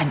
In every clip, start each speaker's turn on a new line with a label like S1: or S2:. S1: An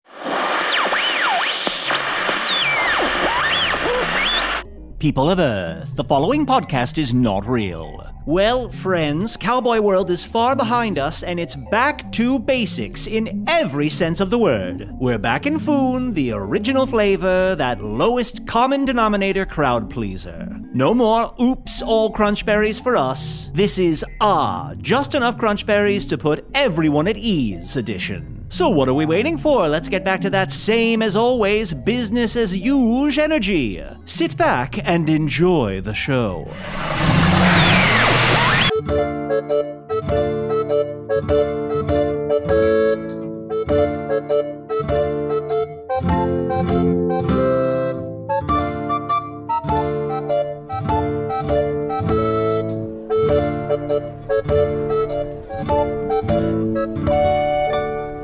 S2: People of Earth, the following podcast is not real. Well, friends, Cowboy World is far behind us and it's back to basics in every sense of the word. We're back in Foon, the original flavor, that lowest common denominator crowd pleaser. No more oops all crunchberries for us. This is ah, just enough crunchberries to put everyone at ease edition. So what are we waiting for? Let's get back to that same as always business as usual energy. Sit back and enjoy the show.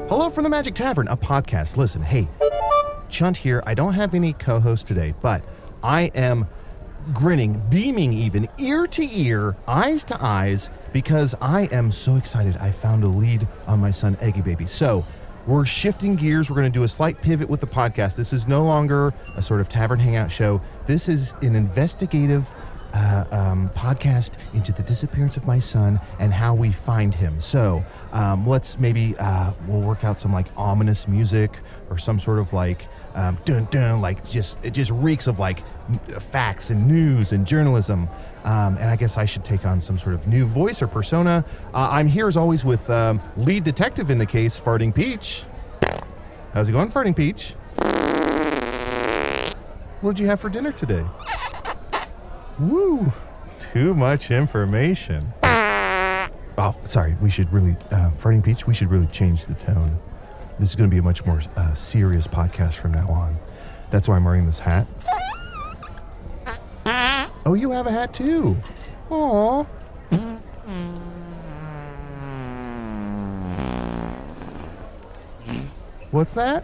S3: Hello from the Magic Tavern, a podcast. Listen, hey, Chunt here. I don't have any co host today, but I am grinning, beaming even, ear to ear, eyes to eyes, because I am so excited. I found a lead on my son, Eggy Baby. So, we're shifting gears. We're going to do a slight pivot with the podcast. This is no longer a sort of tavern hangout show. This is an investigative uh, um, podcast into the disappearance of my son and how we find him. So um, let's maybe uh, we'll work out some like ominous music or some sort of like um, dun dun like just it just reeks of like n- facts and news and journalism. Um, and I guess I should take on some sort of new voice or persona. Uh, I'm here as always with um, lead detective in the case, Farting Peach. How's it going, Farting Peach? What did you have for dinner today? Woo! Too much information. Oh, sorry. We should really, uh, Farting Peach, we should really change the tone. This is going to be a much more uh, serious podcast from now on. That's why I'm wearing this hat. Oh, you have a hat too. Aw. What's that?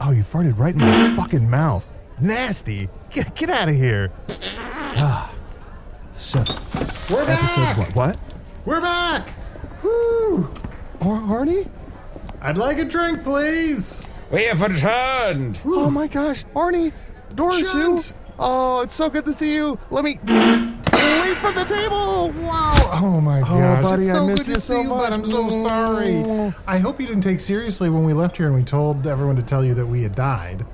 S3: Oh, you farted right in my fucking mouth. Nasty. Get, get out of here. So, we're episode
S4: back!
S3: what? What?
S4: We're back!
S3: Woo! Or Arnie?
S4: I'd like a drink, please!
S5: We have returned!
S3: Oh my gosh, Arnie, Doris,
S4: Chunt!
S3: you. Oh, it's so good to see you. Let me away from the table. Wow. Oh my gosh,
S4: buddy,
S3: it's
S4: I
S3: so
S4: missed
S3: good
S4: you
S3: to see
S4: so
S3: you,
S4: much. I'm so sorry. I hope you didn't take seriously when we left here and we told everyone to tell you that we had died.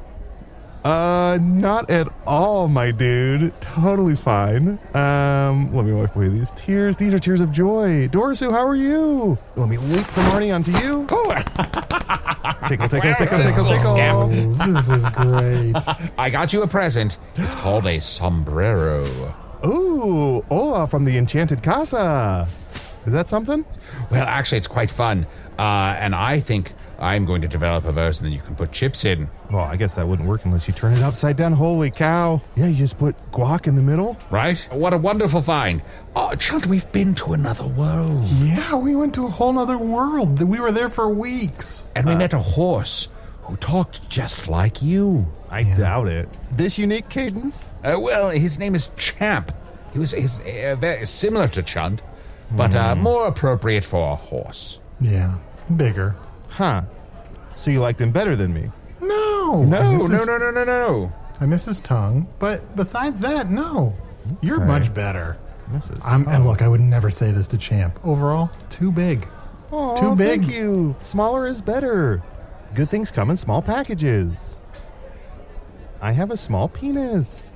S3: Uh, not at all, my dude. Totally fine. Um, let me wipe away these tears. These are tears of joy. Dorisu, how are you? Let me leap from Arnie onto you.
S4: Oh.
S3: tickle, tickle, tickle, tickle,
S5: Scamp.
S3: tickle.
S4: this is great.
S5: I got you a present. It's called a sombrero.
S3: Ooh, Ola from the Enchanted Casa. Is that something?
S5: Well, actually, it's quite fun. Uh, and I think I'm going to develop a version that you can put chips in.
S3: Well, I guess that wouldn't work unless you turn it upside down. Holy cow. Yeah, you just put guac in the middle?
S5: Right? What a wonderful find. Oh, Chunt, we've been to another world.
S4: yeah, we went to a whole nother world. We were there for weeks.
S5: And we met a horse who talked just like you.
S6: I doubt it.
S3: This unique cadence?
S5: Uh, well, his name is Champ. He was he's, uh, very similar to Chunt, but uh, more appropriate for a horse.
S4: Yeah, bigger.
S3: Huh. So you liked him better than me?
S4: No, I
S5: No,
S4: miss
S5: no,
S4: his-
S5: no, no, no, no.
S4: I miss his tongue, but besides that, no. You're much better.
S3: This is
S4: I'm, and look, I would never say this to Champ. Overall, too big.
S3: Aw,
S4: too big.
S3: Oh, Thank you. Smaller is better. Good things come in small packages. I have a small penis.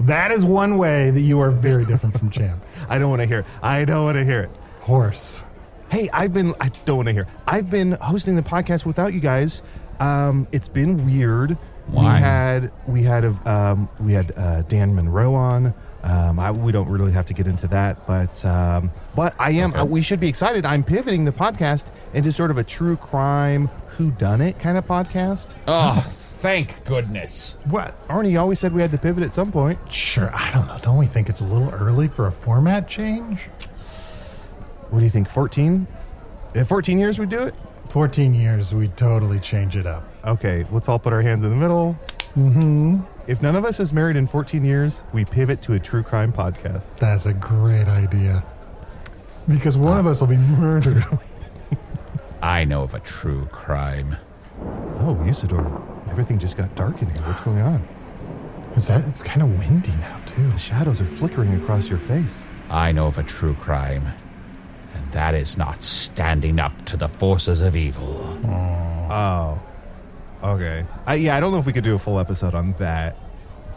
S4: That is one way that you are very different from Champ.
S3: I don't want to hear it. I don't want to hear it.
S4: Horse.
S3: Hey, I've been. I don't want to hear. I've been hosting the podcast without you guys. Um, it's been weird.
S5: Why?
S3: We had we had a um, we had uh, Dan Monroe on. Um, I, we don't really have to get into that, but um, but I am. uh, we should be excited. I'm pivoting the podcast into sort of a true crime, who done it kind of podcast.
S5: Oh, thank goodness.
S4: What?
S3: Arnie always said we had to pivot at some point.
S4: Sure, I don't know. Don't we think it's a little early for a format change?
S3: What do you think? Fourteen? In fourteen years, we do it.
S4: 14 years, we totally change it up.
S3: Okay, let's all put our hands in the middle. If none of us is married in 14 years, we pivot to a true crime podcast.
S4: That's a great idea. Because one of us will be murdered.
S5: I know of a true crime.
S3: Oh, Usador, everything just got dark in here. What's going on?
S4: is that? It's kind of windy now, too.
S3: The shadows are flickering across your face.
S5: I know of a true crime, and that is not standing up to the forces of evil.
S3: Oh. Okay. I, yeah, I don't know if we could do a full episode on that.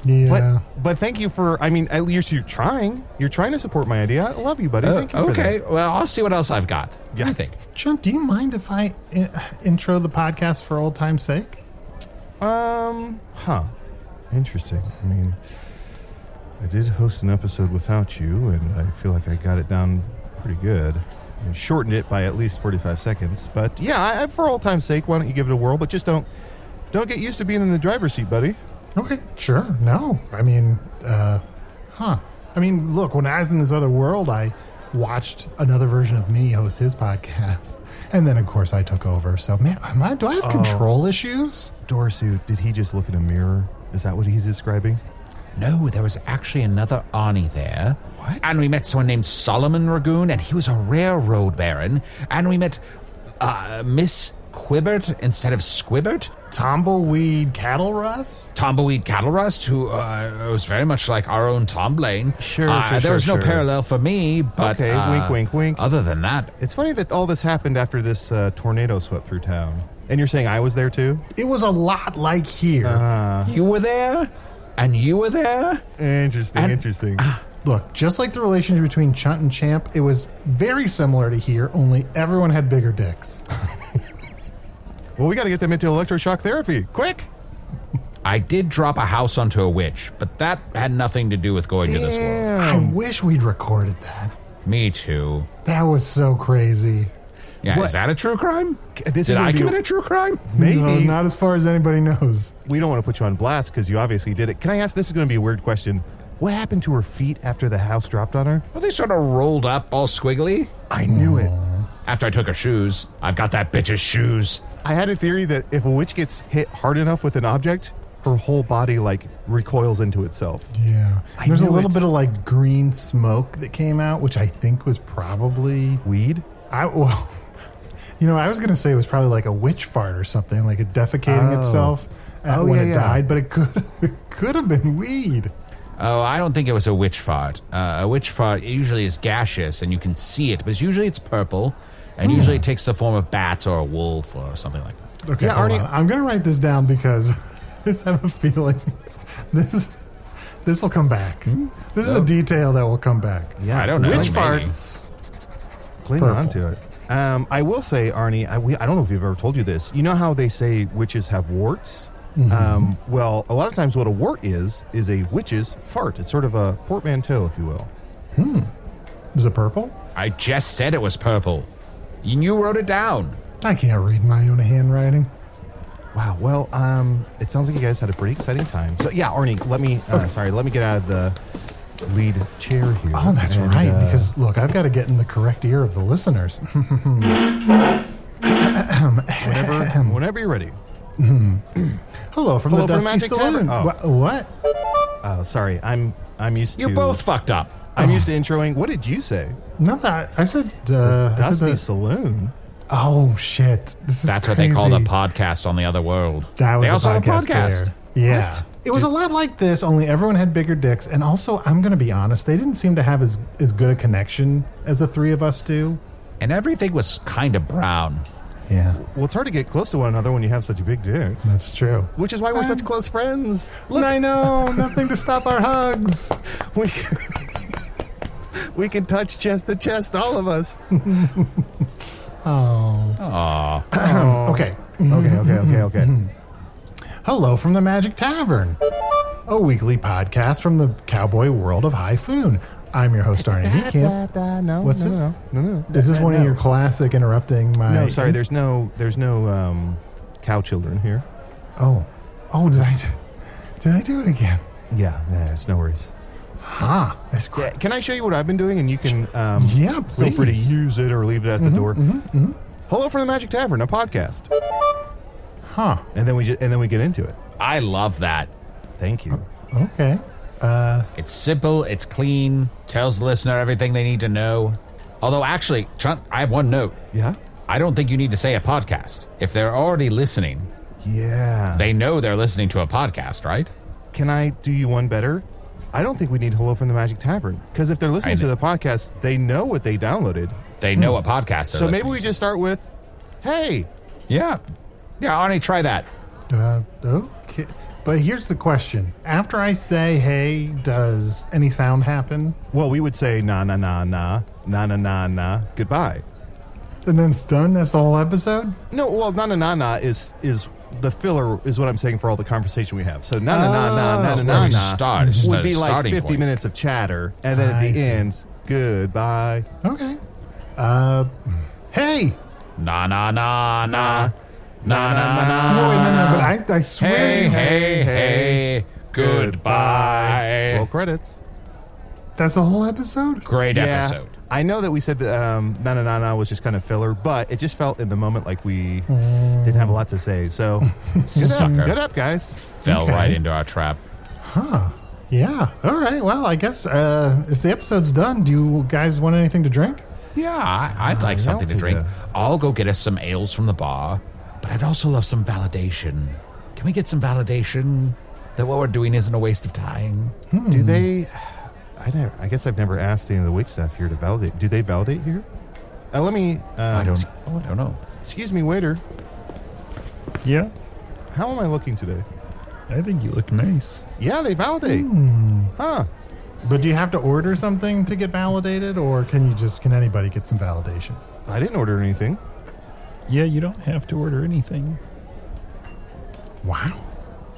S4: Yeah.
S3: But but thank you for I mean, at least you're trying. You're trying to support my idea. I love you, buddy. Thank you for that.
S5: okay, well, I'll see what else I've got.
S3: Yeah.
S5: I think.
S4: Chump, do you mind if I I- intro the podcast for old time's sake?
S3: Um, huh. Interesting. I mean, I did host an episode without you, and I feel like I got it down pretty good. I shortened it by at least 45 seconds. But yeah, I, I- for all time's sake, why don't you give it a whirl? But just don't don't get used to being in the driver's seat, buddy.
S4: Okay, sure. No, I mean, uh, huh? I mean, look, when I was in this other world, I watched another version of me host his podcast, and then of course I took over. So, man, am I? Do I have control issues?
S3: Dorsu, did he just look in a mirror? Is that what he's describing?
S5: No, there was actually another Arnie there.
S3: What?
S5: And we met someone named Solomon Ragoon, and he was a railroad baron. And we met uh, Miss Quibbert instead of Squibbert,
S4: Tumbleweed cattle rust?
S5: Tumbleweed Cattle Rust, who uh, was very much like our own Tom Blaine.
S3: Sure,
S5: Uh,
S3: sure,
S5: There
S3: sure,
S5: was no
S3: sure.
S5: parallel for me, but.
S3: Okay,
S5: uh,
S3: wink, wink, wink.
S5: Other than that,
S3: It's funny that all this happened after this uh, tornado swept through town. And you're saying I was there too?
S4: It was a lot like here.
S5: you were there, and you were there.
S3: Interesting,
S5: And-
S3: interesting.
S4: Look, just like the relationship between Chunt and Champ, it was very similar to here, only everyone had bigger dicks.
S3: well, we got to get them into electroshock therapy. Quick!
S5: I did drop a house onto a witch, but that had nothing to do with going to this world.
S4: I wish we'd recorded that.
S5: Me too.
S4: That was so crazy.
S5: Yeah, is
S3: What?
S5: that a true crime?
S3: this is
S5: Did
S3: gonna
S5: I
S3: be-
S5: commit a true crime?
S3: Maybe.
S4: No, not as far as anybody knows.
S3: we don't want to put you on blast because you obviously did it. Can I ask? This is going to be a weird question. What happened to her feet after the house dropped on her?
S5: Well, they sort of rolled up all squiggly
S3: I knew it.
S5: after I took her shoes. I've got that bitch's shoes.
S3: I had a theory that if a witch gets hit hard enough with an object, her whole body like recoils into itself.
S4: Yeah.
S3: I
S4: There's a
S3: knew
S4: little
S3: it.
S4: bit of like green smoke that came out, which I think was probably
S3: Weed?
S4: I well you know, I was gonna say it was probably like a witch fart or something, like it defecating
S3: Oh.
S4: itself uh,
S3: Oh,
S4: when
S3: yeah,
S4: it
S3: yeah.
S4: died, but it could it could have been weed.
S5: Oh, I don't think it was a witch fart. Uh, a witch fart usually is gaseous and you can see it, but it's usually it's purple, and
S3: Hmm.
S5: usually it takes the form of bats or a wolf or something like that.
S4: Okay,
S3: Yeah,
S4: hold
S3: Arnie-
S4: on. I'm gonna write this down because I just have a feeling this this will come back. This is a detail that will come back.
S3: Yeah,
S5: I don't know. maybe.
S4: Witch farts.
S3: Cling
S4: Purple.
S3: on to it. Um, I will say, Arnie, I, we, I don't know if you've ever told you this. You know how they say witches have warts? Um, well, a lot of times what a wart is, is a witch's fart. It's sort of a portmanteau, if you will.
S4: Is it purple?
S5: I just said it was purple. You, you wrote it down.
S4: I can't read my own handwriting.
S3: Wow. Well, um, it sounds like you guys had a pretty exciting time. So yeah, Arnie, let me. Uh, Sorry, let me get out of the lead chair here.
S4: Oh, that's
S3: And,
S4: right.
S3: uh,
S4: Because look, I've got to get in the correct ear of the listeners.
S3: Whenever, whenever you're ready.
S4: Hello from
S3: Hello
S4: the
S3: from
S4: Dusty
S3: Magic
S4: Saloon.
S3: Tavern. Oh.
S4: Wha- What?
S3: Uh, sorry, I'm I'm used
S5: You
S3: to.
S5: both fucked up.
S3: I'm used to introing. What did you say?
S4: No, that I said. Uh, I said
S3: Dusty
S4: the-
S3: Saloon.
S4: oh shit! This is
S5: That's what they call the
S4: crazy.
S5: podcast on the other world.
S4: That was
S5: they also
S4: a podcast.
S5: have a podcast.
S4: there. Yeah. It was a lot like this, only everyone had bigger dicks. And also, I'm going to be honest, they didn't seem to have as, as good a connection as the three of us do.
S5: And everything was kind of brown.
S4: Yeah,
S3: Well, it's hard to get close to one another when you have such a big dick.
S4: that's true.
S3: Which is why we're such close friends.
S4: Look, I know, nothing to stop our hugs.
S3: We we can touch chest to chest, all of us.
S4: Okay.
S3: Okay, okay, okay, okay.
S4: Mm-hmm. Hello from the Magic Tavern, a weekly podcast from the cowboy world of Hyphoon. I'm your host, Arnie Niekamp.
S3: no,
S4: What's
S3: no,
S4: this?
S3: No, no, no.
S4: Is this one
S3: no.
S4: of your classic interrupting my.
S3: No, sorry. There's no, there's no um, cow children here.
S4: Oh. Oh, did I, did I do it again?
S3: Yeah, yeah, it's no worries.
S4: Ha. That's cr-
S3: Yeah, Uh, can I show you what I've been doing, and you can um,
S4: Yeah,
S3: feel free to
S4: please.
S3: use it or leave it at the door. Hello from the Magic Tavern, a podcast,
S4: Huh.
S3: and then we just, and then we get into it.
S5: I love that.
S3: Thank you.
S4: Oh. Okay.
S5: It's simple, it's clean, tells the listener everything they need to know. Although, actually, Chunt, I have one note.
S3: Yeah,
S5: I don't think you need to say a podcast. If they're already listening,
S3: yeah.
S5: they know they're listening to a podcast, right?
S3: Can I do you one better? I don't think we need Hello from the Magic Tavern because if they're listening
S5: I
S3: to
S5: know.
S3: the podcast, they know what they downloaded.
S5: They know
S4: Hmm.
S5: what podcast. They're
S3: so maybe
S5: listening
S3: we just start with, "Hey,
S5: to. yeah, yeah. Arnie, try that.
S4: Uh, okay. But here's the question. After I say hey, does any sound happen?
S3: Well, we would say na na na na na na na na goodbye.
S4: And then it's done? That's the whole episode?
S3: No, well, na na na na is is the filler is what I'm saying for all the conversation we have. So na na na
S5: Oh.
S3: na na na
S5: where
S3: na
S5: we
S3: na
S5: start. It's
S3: would
S5: the
S3: be like
S5: starting
S3: 50
S5: point.
S3: minutes of chatter, and then at
S4: I
S3: the
S4: see.
S3: end, goodbye.
S4: Okay. Uh, hey!
S5: Na na na na na na na.
S4: No, wait, no, no, but I, I swear.
S5: Ah. Hey
S4: you-
S5: hey hey. Goodbye.
S3: Roll credits.
S4: That's the whole episode?
S5: Great episode.
S3: I know that we said that um, na na na na was just kind of filler, but it just felt in the moment like we didn't have a lot to say. So good up,
S5: Sucker.
S3: good up, guys.
S5: Fell
S4: Okay.
S5: right into our trap.
S4: Yeah. All right. Well, I guess uh, if the episode's done, do you guys want anything to drink?
S5: Yeah, I, I'd like
S3: yeah,
S5: something to
S3: I'll take
S5: drink. I'll go get us some ales from the bar, but I'd also love some validation. Can we get some validation that what we're doing isn't a waste of time?
S3: Do
S5: Hmm.
S3: they? I, never, I guess I've never asked any of the wait staff here to validate. Do they validate here? Uh, let me. Uh,
S5: I don't. Oh, I don't know.
S3: Excuse me, waiter.
S6: Yeah,
S3: How am I looking today?
S6: I think you look nice.
S3: Yeah, they validate. Huh?
S4: But do you have to order something to get validated, or can you just, can anybody get some validation?
S3: I didn't order anything.
S6: Yeah, you don't have to order anything.
S4: Wow.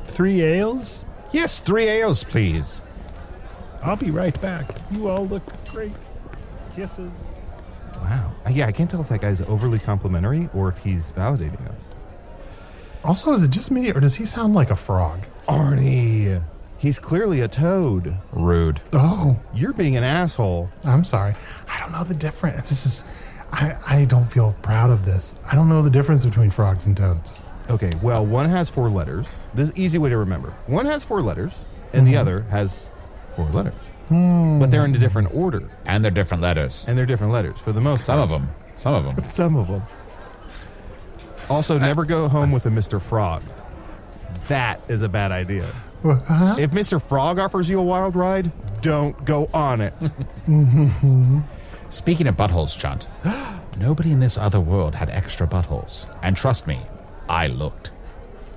S6: Three ales?
S5: Yes, three ales, please.
S6: I'll be right back. You all look great. Kisses.
S3: Wow. Uh, Yeah, I can't tell if that guy's overly complimentary or if he's validating us.
S4: Also, is it just me, or does he sound like a frog?
S3: Arnie, he's clearly a toad.
S5: Rude.
S4: Oh.
S3: You're being an asshole.
S4: I'm sorry. I don't know the difference. This is. I, I don't feel proud of this. I don't know the difference between frogs and toads.
S3: Okay, well, one has four letters. This is an easy way to remember. One has four letters, and the other has four letters. But they're in a different order,
S5: And they're different letters.
S3: and they're different letters for the most
S5: Some
S3: part.
S5: of them. Some of them.
S3: Some of them. Also, never go home with a Mr. Frog. That is a bad idea. If Mr. Frog offers you a wild ride, don't go on it.
S5: Speaking of buttholes, Chunt, nobody in this other world had extra buttholes. And trust me, I looked.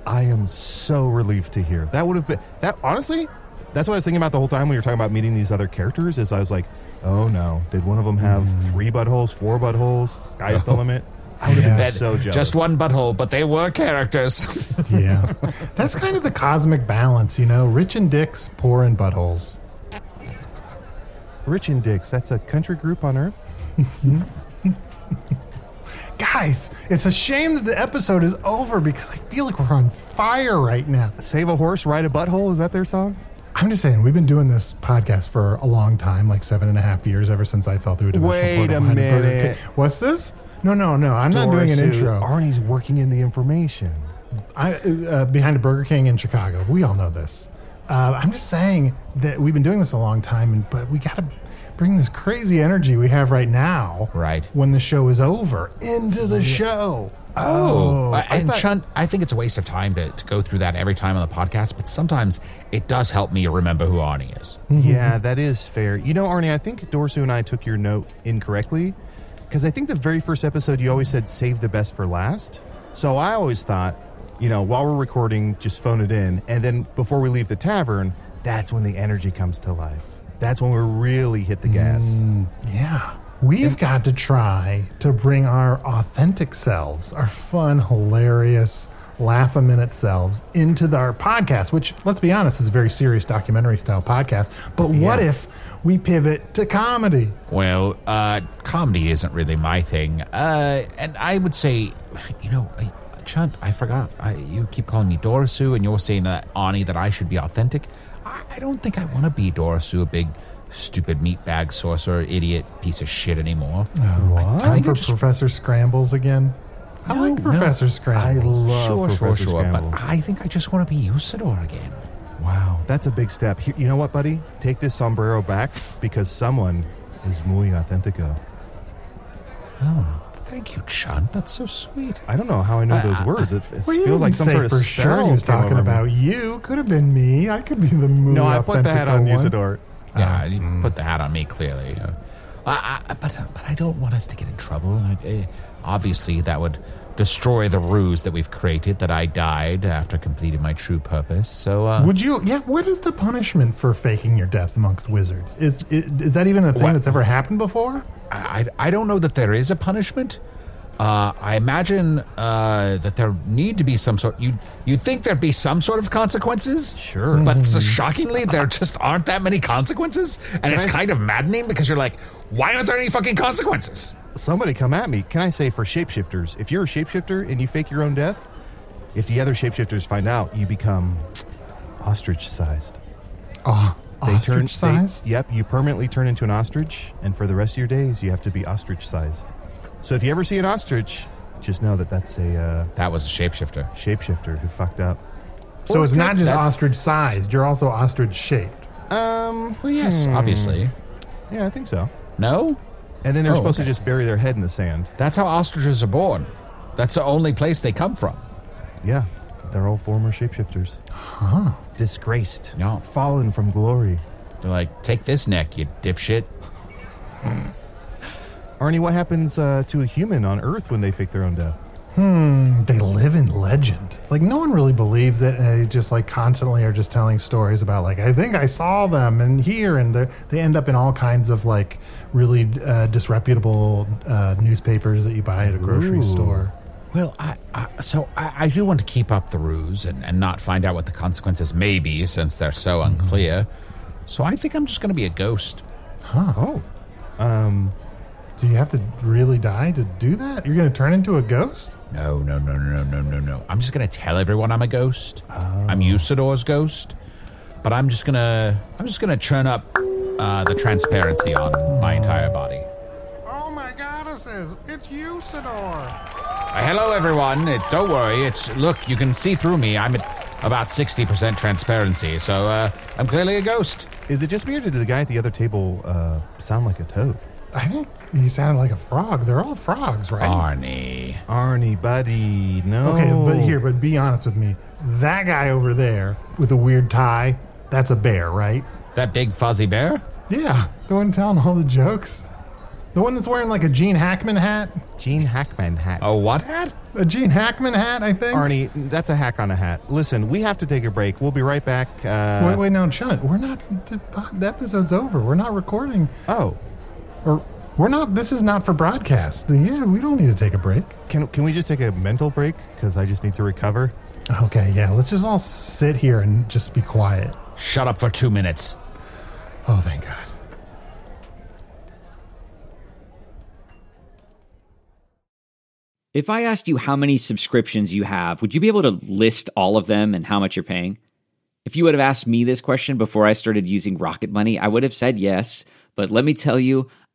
S3: I am so relieved to hear. That would have been that honestly, that's what I was thinking about the whole time when you were talking about meeting these other characters is I was like, "Oh no, did one of them have three buttholes, four buttholes? Sky's the limit." I would have been
S4: Yeah.
S3: so jealous.
S5: Just one butthole, but they were characters.
S4: Yeah. That's kind of the cosmic balance, you know? Rich in dicks, poor in buttholes.
S3: Rich and Dicks, that's a country group on earth.
S4: Guys, it's a shame that the episode is over because I feel like we're on fire right now.
S3: Save a horse, ride a butthole, is that their song?
S4: I'm just saying, we've been doing this podcast for a long time like seven and a half years, ever since I fell through a dimensional
S3: Wait
S4: portal
S3: a
S4: behind Burger
S3: minute.
S4: King. What's this? No, no, no. I'm not doing
S3: Doris,
S4: an
S3: who-
S4: intro.
S3: Arnie's working in the information.
S4: I, uh, behind a Burger King in Chicago. We all know this. Uh, I'm just saying that we've been doing this a long time, and but we got to bring this crazy energy we have right now,
S5: Right.
S4: when the show is over, into the show.
S5: Oh, I, and
S4: thought-
S5: Chunt, I think it's a waste of time to, to go through that every time on the podcast, but sometimes it does help me remember who Arnie is.
S3: yeah,
S4: Mm-hmm.
S3: that is fair. You know, Arnie, I think Dorsu and I took your note incorrectly because I think the very first episode you always said save the best for last. So I always thought, you know, while we're recording, just phone it in, and then before we leave the tavern, that's when the energy comes to life. That's when we really hit the gas.
S4: Mm. Yeah. We've got to try to bring our authentic selves, our fun, hilarious, laugh a minute selves into the- our podcast, which, let's be honest, is a very serious documentary style podcast. But what if we pivot to comedy?
S5: Well, uh, comedy isn't really my thing. Uh, and I would say, you know, I, Chunt, I forgot. I, you keep calling me Dorisu, and you're saying that, Arnie, that I should be authentic. I, I don't think I want to be Dorisu, a big, stupid meatbag sorcerer, idiot, piece of shit anymore.
S4: Uh, What? Time
S5: think
S4: for
S5: I just-
S4: Professor Scrambles again. I like Professor
S3: I
S4: Scrambles.
S3: love Professor
S5: But
S3: Scramble.
S5: I think I just want to be Usador again.
S3: Wow, that's a big step. Here, you know what, buddy? Take this sombrero back because someone is muy authentico.
S5: Oh, thank you, Chunt. That's so sweet.
S3: I don't know how I know
S5: I-
S3: those
S5: I-
S3: words. It, it
S4: Well, you
S3: feels like
S4: didn't
S3: some
S4: say
S3: sort of
S4: for sure. He was
S3: spell came
S4: talking
S3: over me.
S4: about you. Could have been me. I could be the movie.
S3: No, I put the hat on
S4: one.
S3: Usador.
S4: Uh,
S5: Yeah, you
S4: mm.
S5: put the hat on me clearly. Uh, I, I, but uh, but I don't want us to get in trouble. I, I, obviously, that would destroy the ruse that we've created that I died after completing my true purpose. So uh,
S4: Would you? Yeah. What is the punishment for faking your death amongst wizards? Is is, is that even a thing
S5: What?
S4: that's ever happened before?
S5: I, I I don't know that there is a punishment. Uh, I imagine uh, that there need to be some sort. You you'd think there'd be some sort of consequences, sure. Mm-hmm. But so shockingly, there just aren't that many consequences, and it's
S3: I s-
S5: kind of maddening because you're like, why aren't there any fucking consequences?
S3: Somebody come at me. Can I say for shapeshifters, if you're a shapeshifter and you fake your own death, if the other shapeshifters find out, you become ostrich sized.
S4: Oh,
S3: They
S4: ostrich
S3: turn, they-
S4: size.
S3: yep, you permanently turn into an ostrich, and for the rest of your days, you have to be ostrich sized. So if you ever see an ostrich, just know that that's a uh,
S5: That was a shapeshifter.
S3: shapeshifter who fucked up.
S4: so it's not just
S3: that-
S4: ostrich sized. You're also ostrich shaped.
S3: Um,
S5: Well, yes, obviously.
S3: yeah, I think so.
S5: Hmm. No?
S3: And then they're
S5: Oh,
S3: supposed
S5: okay.
S3: to just bury their head in the sand.
S5: That's how ostriches are born. That's the only place they come from.
S3: Yeah, they're all former shapeshifters. Huh. Disgraced.
S5: Yeah.
S3: Fallen from glory.
S5: They're like, take this neck, you dipshit.
S3: Arnie, what happens uh, to a human on Earth when they fake their own death?
S4: They live in legend. Like no one really believes it, and they just like constantly are just telling stories about like I think I saw them and here and there. They end up in all kinds of like really uh, disreputable uh, newspapers that you buy at a grocery
S3: Ooh.
S4: store.
S5: Well, I, I so I, I do want to keep up the ruse and, and not find out what the consequences may be since they're so unclear. So I think I'm just going to be a ghost.
S3: Oh. Um,
S4: Do you have to really die to do that? You're going to turn into a ghost?
S5: No, no, no, no, no, no, no. I'm just going to tell everyone I'm a ghost. I'm Usador's ghost. But I'm just going to I'm just going to churn up uh, the transparency on my entire body.
S4: Oh my goddesses, it's Usador.
S5: Uh, Hello, everyone. It, don't worry. It's look. You can see through me. I'm at about sixty percent transparency, so uh, I'm clearly a ghost.
S3: is it just me or did the guy at the other table uh, sound like a toad?
S4: I think he sounded like a frog. They're all frogs, right?
S5: Arnie.
S3: Arnie, buddy, no.
S4: Okay, but here, but be honest with me. That guy over there with a weird tie, that's a bear, right?
S5: That big fuzzy bear.
S4: Yeah, the one telling all the jokes. The one that's wearing like a Gene Hackman hat.
S3: Gene Hackman hat.
S5: Oh, what hat?
S4: A Gene Hackman hat, I think.
S3: Arnie, that's a hack on a hat. Listen, we have to take a break. We'll be right back. Uh,
S4: Wait, wait, no, Chunt, we're not. The the episode's over. We're not recording.
S3: Oh,
S4: Or we're not. This is not for broadcast. Yeah, we don't need to take a break.
S3: can, can we just take a mental break? Because I just need to recover.
S4: Okay, yeah, let's just all sit here and just be quiet.
S5: Shut up for two minutes.
S4: Oh, thank God.
S7: If I asked you how many subscriptions you have, would you be able to list all of them and how much you're paying? If you would have asked me this question before I started using Rocket Money, I would have said yes. But let me tell you,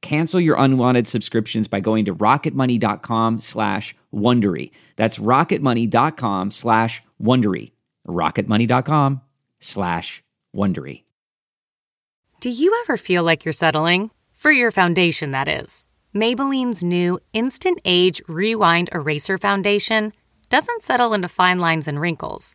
S7: Cancel your unwanted subscriptions by going to rocketmoney.com slash Wondery. That's rocketmoney.com slash Wondery. rocketmoney.com slash Wondery.
S8: Do you ever feel like you're settling? For your foundation, that is. Maybelline's new Instant Age Rewind Eraser Foundation doesn't settle into fine lines and wrinkles.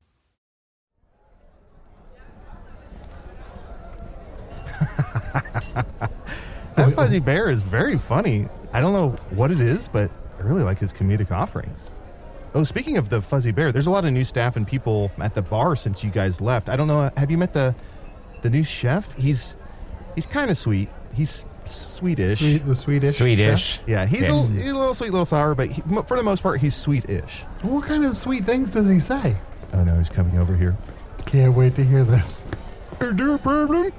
S3: That fuzzy bear is very funny. I don't know what it is, but I really like his comedic offerings. Oh, speaking of the fuzzy bear, there's a lot of new staff and people at the bar since you guys left. I don't know. Have you met the the new chef? He's he's kind of sweet. He's sweetish.
S4: Sweet, the Swedish.
S5: Swedish.
S3: Yeah, he's,
S5: Yes.
S3: a, little- he's a little sweet, little sour, but he, for the most part, he's sweetish.
S4: chef? What kind of sweet things does he say?
S3: Oh no, he's coming over here.
S4: Can't wait to hear this.
S3: Is there a problem?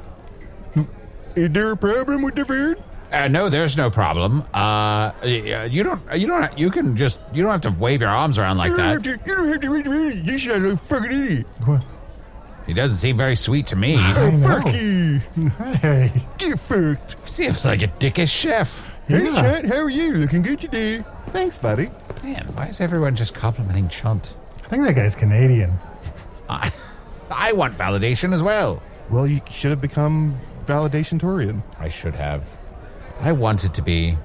S3: Is there a problem with the food?
S5: Uh, no, there's no problem. Uh, y- you don't. You don't. You can just. You don't have to wave your arms around like that.
S3: to. You don't have to read the You should have fucking idiot.
S4: What?
S5: He doesn't seem very sweet to me.
S4: fuck
S3: you.
S4: Hey.
S3: Get fucked.
S5: Seems like a dickish chef.
S4: Yeah.
S3: how are you? Looking good today. Thanks, buddy.
S5: Man, why is everyone just complimenting Chunt?
S4: I think that guy's Canadian.
S5: I, I want validation as well.
S3: Well, you should have become validationtorian.
S5: I should have. I wanted to be.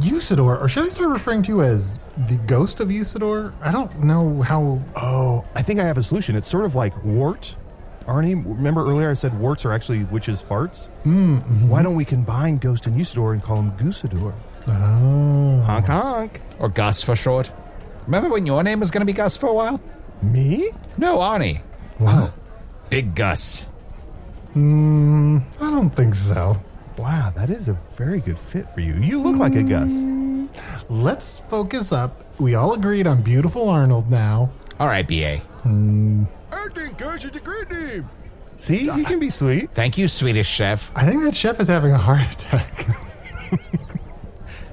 S4: Usador, or should I start referring to you as the ghost of Usador? I don't know how.
S3: Oh, I think I have a solution. It's sort of like wart. Arnie, remember earlier I said warts are actually witches' farts?
S4: Mm,
S3: Mm-hmm. Why don't we combine Ghost and Usador and call him Goosador?
S4: Oh.
S3: Honk honk.
S5: Or Gus for short. Remember when your name was going to be Gus for a while?
S3: Me? Oh.
S5: No, Arnie.
S4: Wow.
S5: Big Gus.
S4: I don't think so.
S3: Wow, that is a very good fit for you. You look like a Gus.
S4: Let's focus up. We all agreed on beautiful Arnold now.
S5: All right, BA.
S3: I think Gus is a great name. See, he can be sweet.
S5: Thank you, Swedish chef.
S4: I think that chef is having a heart attack.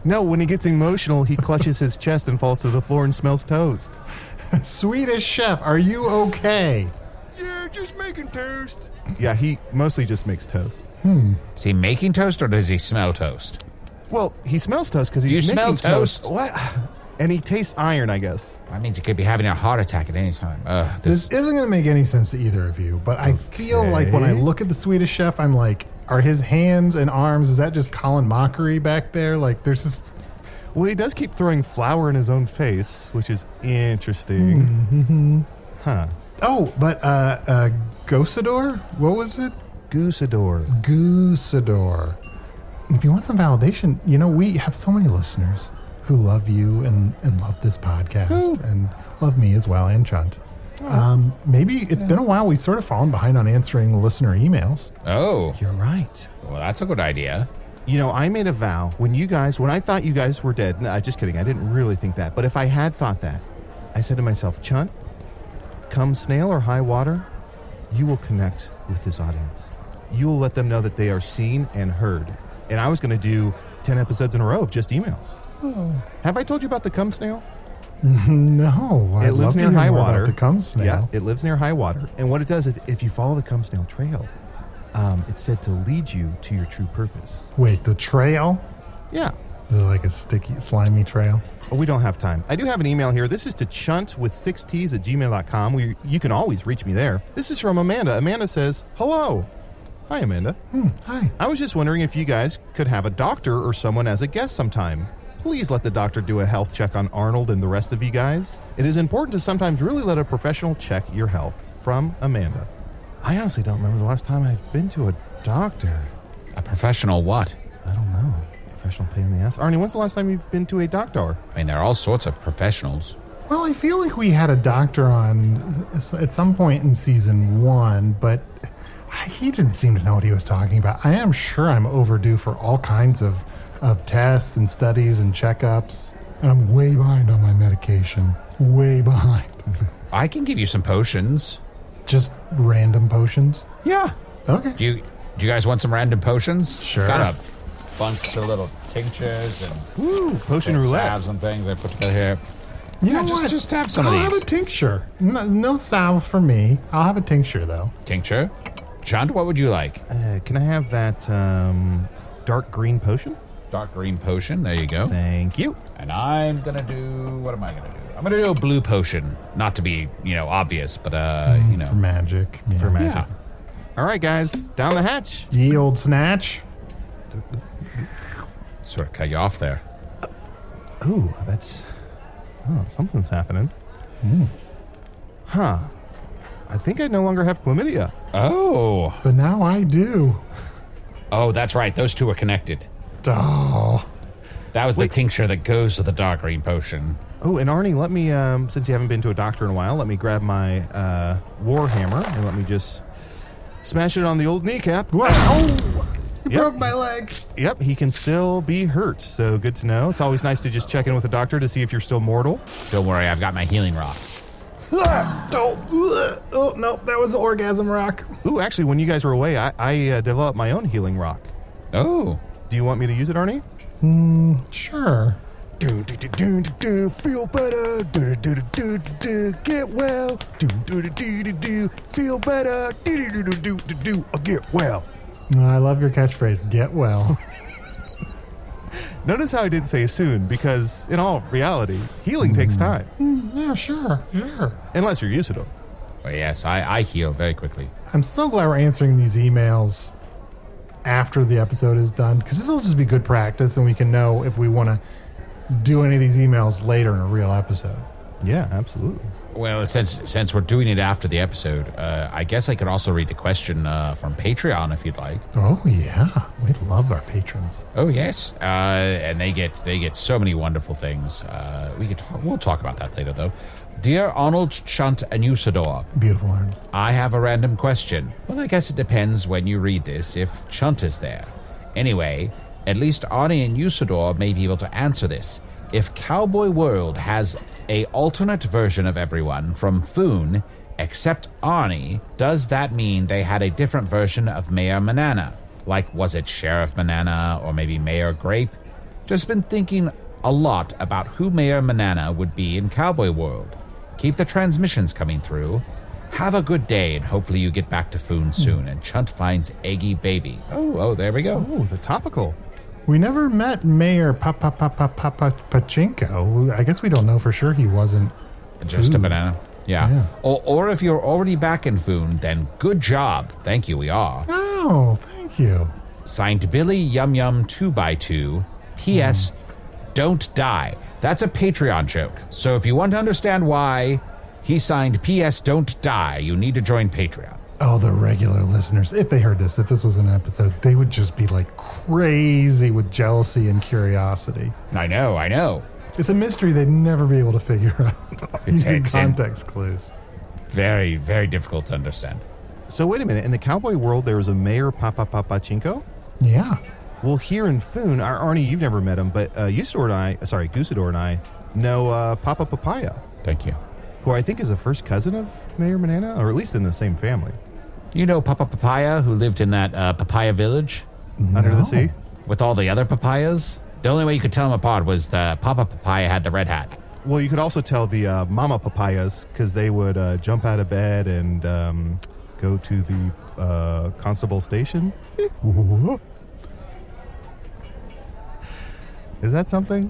S3: No, when he gets emotional, he clutches his chest and falls to the floor and smells toast.
S4: Swedish chef, are you okay?
S3: Yeah, just making toast. Yeah, he mostly just makes toast.
S5: Is he making toast or does he smell toast?
S3: Well, he smells toast because he's
S5: You
S3: making
S5: smell
S3: toast.
S5: toast.
S3: What? And he tastes iron, I guess.
S5: That means he could be having a heart attack at any time. Ugh, this,
S4: This isn't going to make any sense to either of you, but I feel like when I
S3: Okay.
S4: look at the Swedish chef, I'm like, are his hands and arms, is that just Colin Mockery back there? Like, there's just.
S3: Well, he does keep throwing flour in his own face, which is interesting. Huh.
S4: Oh, but uh, uh, Gosador? What was it?
S3: Goosador.
S4: Goosador. If you want some validation, you know, we have so many listeners who love you and, and love this podcast and love me as well and Chunt. Um, maybe it's been a while. We've sort of fallen behind on answering listener emails.
S5: oh,
S3: You're right.
S5: well, that's a good idea.
S3: You know, I made a vow when you guys, when I thought you guys were dead. No, just kidding. I didn't really think that. But if I had thought that, I said to myself, Chunt, come snail or high water, you will connect with this audience. You will let them know that they are seen and heard. And I was going to do 10 episodes in a row of just emails. Have I told you about the cum snail?
S4: No, I'd
S3: it lives
S4: love to
S3: near
S4: hear
S3: high
S4: more about
S3: water.
S4: The cum snail.
S3: Yeah, it lives near high water. And what it does, if, if you follow the cum snail trail, um, it's said to lead you to your true purpose.
S4: Wait, the trail?
S3: Yeah.
S4: Is it like a sticky, slimy trail?
S3: Oh, we don't have time. I do have an email here. This is to chunt with six T's at gmail.com. We, you can always reach me there. This is from Amanda. Amanda says, Hello. Hi, Amanda.
S4: Hmm, hi.
S3: I was just wondering if you guys could have a doctor or someone as a guest sometime. please let the doctor do a health check on Arnold and the rest of you guys. It is important to sometimes really let a professional check your health. From Amanda. I honestly don't remember the last time I've been to a doctor.
S5: A professional what?
S3: I don't know. Professional pain in the ass. Arnie, when's the last time you've been to a doctor?
S5: I mean, there are all sorts of professionals.
S4: Well, I feel like we had a doctor on at some point in season one, but he didn't seem to know what he was talking about. I am sure I'm overdue for all kinds of, of tests and studies and checkups, and I'm way behind on my medication. Way behind.
S5: I can give you some potions.
S4: Just random potions?
S5: Yeah.
S4: Okay.
S5: Do you do you guys want some random potions?
S4: Sure.
S5: Got a bunch of little tinctures and
S3: Woo, potion
S5: and
S3: roulette.
S5: salves and things I put together here.
S4: You
S5: Yeah,
S4: know
S5: just-
S4: what?
S5: just have some of
S4: I'll
S5: these.
S4: have a tincture. No, no salve for me. I'll have a tincture though.
S5: Tincture. Chant, what would you like?
S3: Uh, can I have that um, dark green potion?
S5: Dark green potion. There you go.
S3: Thank you.
S5: And I'm gonna do. What am I gonna do? I'm gonna do a blue potion. Not to be, you know, obvious, but uh, you
S4: Mm, For
S5: know,
S4: magic. Yeah.
S3: For magic.
S5: yeah.
S3: All right, guys, down the hatch.
S4: Ye old snatch.
S5: Sort of cut you off there.
S3: Ooh, that's. Oh, something's happening.
S4: Hmm.
S3: Huh. I think I no longer have chlamydia.
S5: Oh,
S4: But now I do.
S5: oh, that's right. Those two are connected.
S4: Oh.
S5: That was the tincture that goes with the dark green potion.
S3: Oh, and Arnie, let me, um, since you haven't been to a doctor in a while, let me grab my uh, war hammer and let me just smash it on the old kneecap.
S4: What? Oh, you
S3: Yep.
S4: broke my leg.
S3: Yep, he can still be hurt, so good to know. It's always nice to just check in with a doctor to see if you're still mortal.
S5: Don't worry, I've got my healing rock.
S4: Oh, ugh. oh no, that was the orgasm rock.
S3: Ooh, actually, when you guys were away, I, I uh, developed my own healing rock.
S5: Oh,
S3: Do you want me to use it, Arnie?
S4: Sure.
S3: Do, do, do, do, do, do, feel better. Do, do, do, do, do, do, get well. Do, do, do, do, do, do, feel better. Do, do, do, do, do, do, do, uh, get well.
S4: No, I love your catchphrase. Get well.
S3: Notice how I didn't say soon, because in all reality, healing takes time,
S4: yeah, sure, sure.
S3: unless you're used to it.
S5: Well, yes, I, I heal very quickly.
S4: I'm so glad we're answering these emails after the episode is done because this will just be good practice, and we can know if we want to do any of these emails later in a real episode.
S3: Yeah, absolutely.
S5: Well, since since we're doing it after the episode, uh, I guess I could also read the question uh, from Patreon if you'd like.
S4: Oh yeah, we love our patrons.
S5: Oh yes, uh, and they get they get so many wonderful things. Uh, we could talk, we'll talk about that later though. Dear Arnold, Chunt, and Usador,
S4: Beautiful Arnold.
S5: I have a random question. Well, I guess it depends when you read this if Chunt is there. Anyway, at least Arnie and Usador may be able to answer this. If Cowboy World has a alternate version of everyone from Foon, except Arnie, does that mean they had a different version of Mayor Manana? Like, was it Sheriff Manana or maybe Mayor Grape? Just been thinking a lot about who Mayor Manana would be in Cowboy World. Keep the transmissions coming through. Have a good day, and hopefully you get back to Foon soon. And Chunt finds Eggy Baby. Oh, oh, there we go.
S3: Ooh, the topical.
S4: We never met Mayor Papa Papa Papa Pachinko. I guess we don't know for sure he wasn't.
S5: Just a
S4: Foon.
S5: banana. Yeah.
S4: Yeah.
S5: Or, or if you're already back in Foon, then good job. Thank you, we are.
S4: Oh, thank you.
S5: Signed Billy Yum Yum 2x2. P.S. Don't die. That's a Patreon joke. So if you want to understand why he signed P.S. Don't die, you need to join Patreon.
S4: Oh, the regular listeners, if they heard this, if this was an episode, they would just be like crazy with jealousy and curiosity.
S5: I know, I know.
S4: It's a mystery they'd never be able to figure out using
S5: takes in-
S4: context clues.
S5: Very, very difficult to understand.
S3: So wait a minute. In the cowboy world, there was a mayor, Papa Papachinko.
S4: Yeah.
S3: Well, here in Foon, our Arnie, you've never met him, but uh, Usador and I, sorry, Goosador and I know uh, Papa Papaya,
S5: Thank you.
S3: who I think is a first cousin of Mayor Manana, or at least in the same family.
S5: You know Papa Papaya, who lived in that uh, papaya village
S3: Under the sea?
S5: with all the other papayas? The only way you could tell them apart was the Papa Papaya had the red hat.
S3: Well, you could also tell the uh, Mama Papayas because they would uh, jump out of bed and um, go to the uh, constable station. Is that something?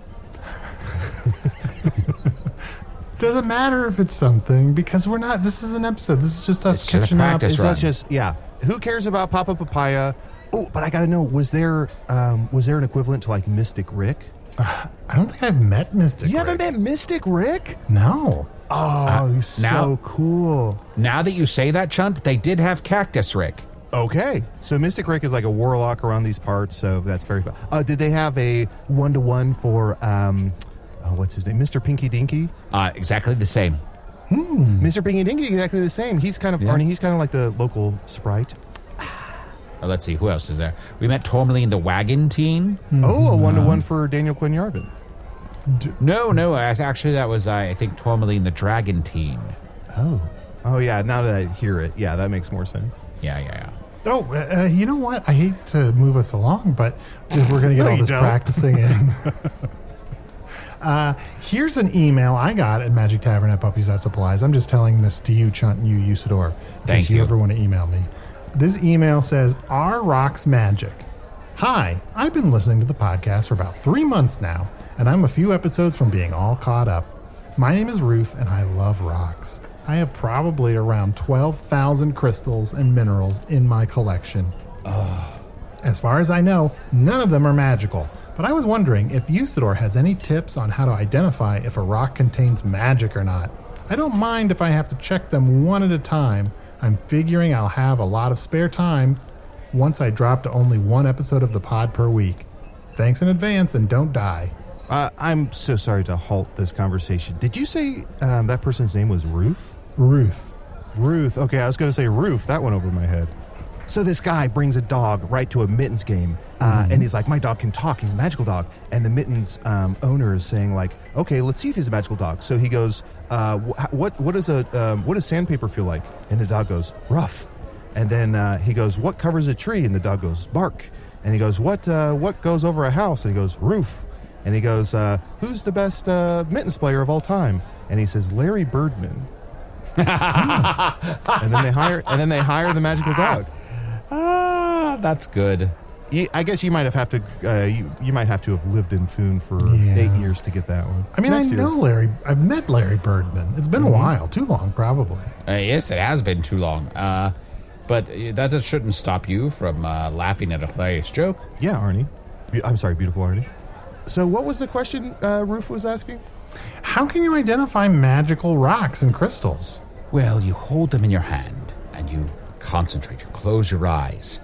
S4: Doesn't matter if it's something because we're not, this is an episode. This is just
S5: It's
S4: us
S5: just a
S4: catching up.
S5: practice
S3: It's
S4: It's-
S5: run.
S3: not just yeah. Who cares about Papa Papaya? Oh, but I gotta know was there um, was there an equivalent to like Mystic Rick?
S4: I don't think I've met Mystic.
S3: You haven't
S4: Rick.
S3: met Mystic Rick?
S4: No.
S3: Oh, he's
S5: now-
S3: so cool.
S5: Now that you say that, Chunt, they did have Cactus Rick.
S3: Okay, so Mystic Rick is like a warlock around these parts, so that's very fun. Uh, did they have a one to one for um, oh, what's his name, Mister Pinky Dinky?
S5: Uh, exactly the same.
S3: Mister Pinky Dinky, exactly the same. He's kind of Arnie. He's kind of like the local sprite.
S5: Uh, let's see, who else is there? We met Tourmaline the Wagon Teen.
S3: Oh, a one to one for Daniel Quinn Yarvin.
S5: No, no, I- actually, that was, uh, I think, Tourmaline the Dragon Teen.
S3: Oh yeah, now that I hear it, yeah, that makes more sense.
S5: Yeah, yeah, yeah.
S4: Oh, uh, uh, you know what? I hate to move us along, but if we're going to get
S3: No,
S4: all
S3: you
S4: this
S3: don't.
S4: practicing in. uh, here's an email I got at Magic Tavern at Puppies That Supplies. I'm just telling this to you, Chunt, and you, Usador, in
S5: Thank
S4: case you
S5: you.
S4: ever want to email me. This email says, "Our rocks magic." Hi, I've been listening to the podcast for about three months now, and I'm a few episodes from being all caught up. My name is Ruth, and I love rocks. I have probably around 12,000 crystals and minerals in my collection. As far as I know, none of them are magical, but I was wondering if Usador has any tips on how to identify if a rock contains magic or not. I don't mind if I have to check them one at a time. I'm figuring I'll have a lot of spare time once I drop to only one episode of the pod per week. Thanks in advance and don't die.
S3: Uh, I'm so sorry to halt this conversation. Did you say um, that person's name was Roof?
S4: Ruth.
S3: Ruth. Okay, I was going to say Roof. That went over my head. So this guy brings a dog right to a mittens game, uh, and he's like, "My dog can talk. He's a magical dog." And the mittens um, owner is saying, "Like, okay, let's see if he's a magical dog." So he goes, uh, wh- "What? What does a um, what does sandpaper feel like?" And the dog goes, "Rough." And then uh, he goes, "What covers a tree?" And the dog goes, "Bark." And he goes, "What? Uh, what goes over a house?" And he goes, "Roof." And he goes, uh, "Who's the best uh, mittens player of all time?" And he says, "Larry Birdman." and then they hire and then they hire the magical dog.
S5: Ah, that's good.
S3: You, I guess you might have, have to uh, you, you might have to have lived in Foon for
S4: Yeah.
S3: eight years to get that one.
S4: I mean,
S3: Next
S4: I
S3: year. Mm-hmm.
S4: know Larry. I've met Larry Birdman. It's been a while, too long, probably.
S5: Uh, yes, it has been too long. Uh, but uh, that just shouldn't stop you from uh, laughing at a hilarious joke.
S3: Yeah, Arnie. Be- I'm sorry, beautiful Arnie. So, what was the question uh, Roof was asking?
S4: How can you identify magical rocks and crystals?
S5: Well, you hold them in your hand and you concentrate. You close your eyes,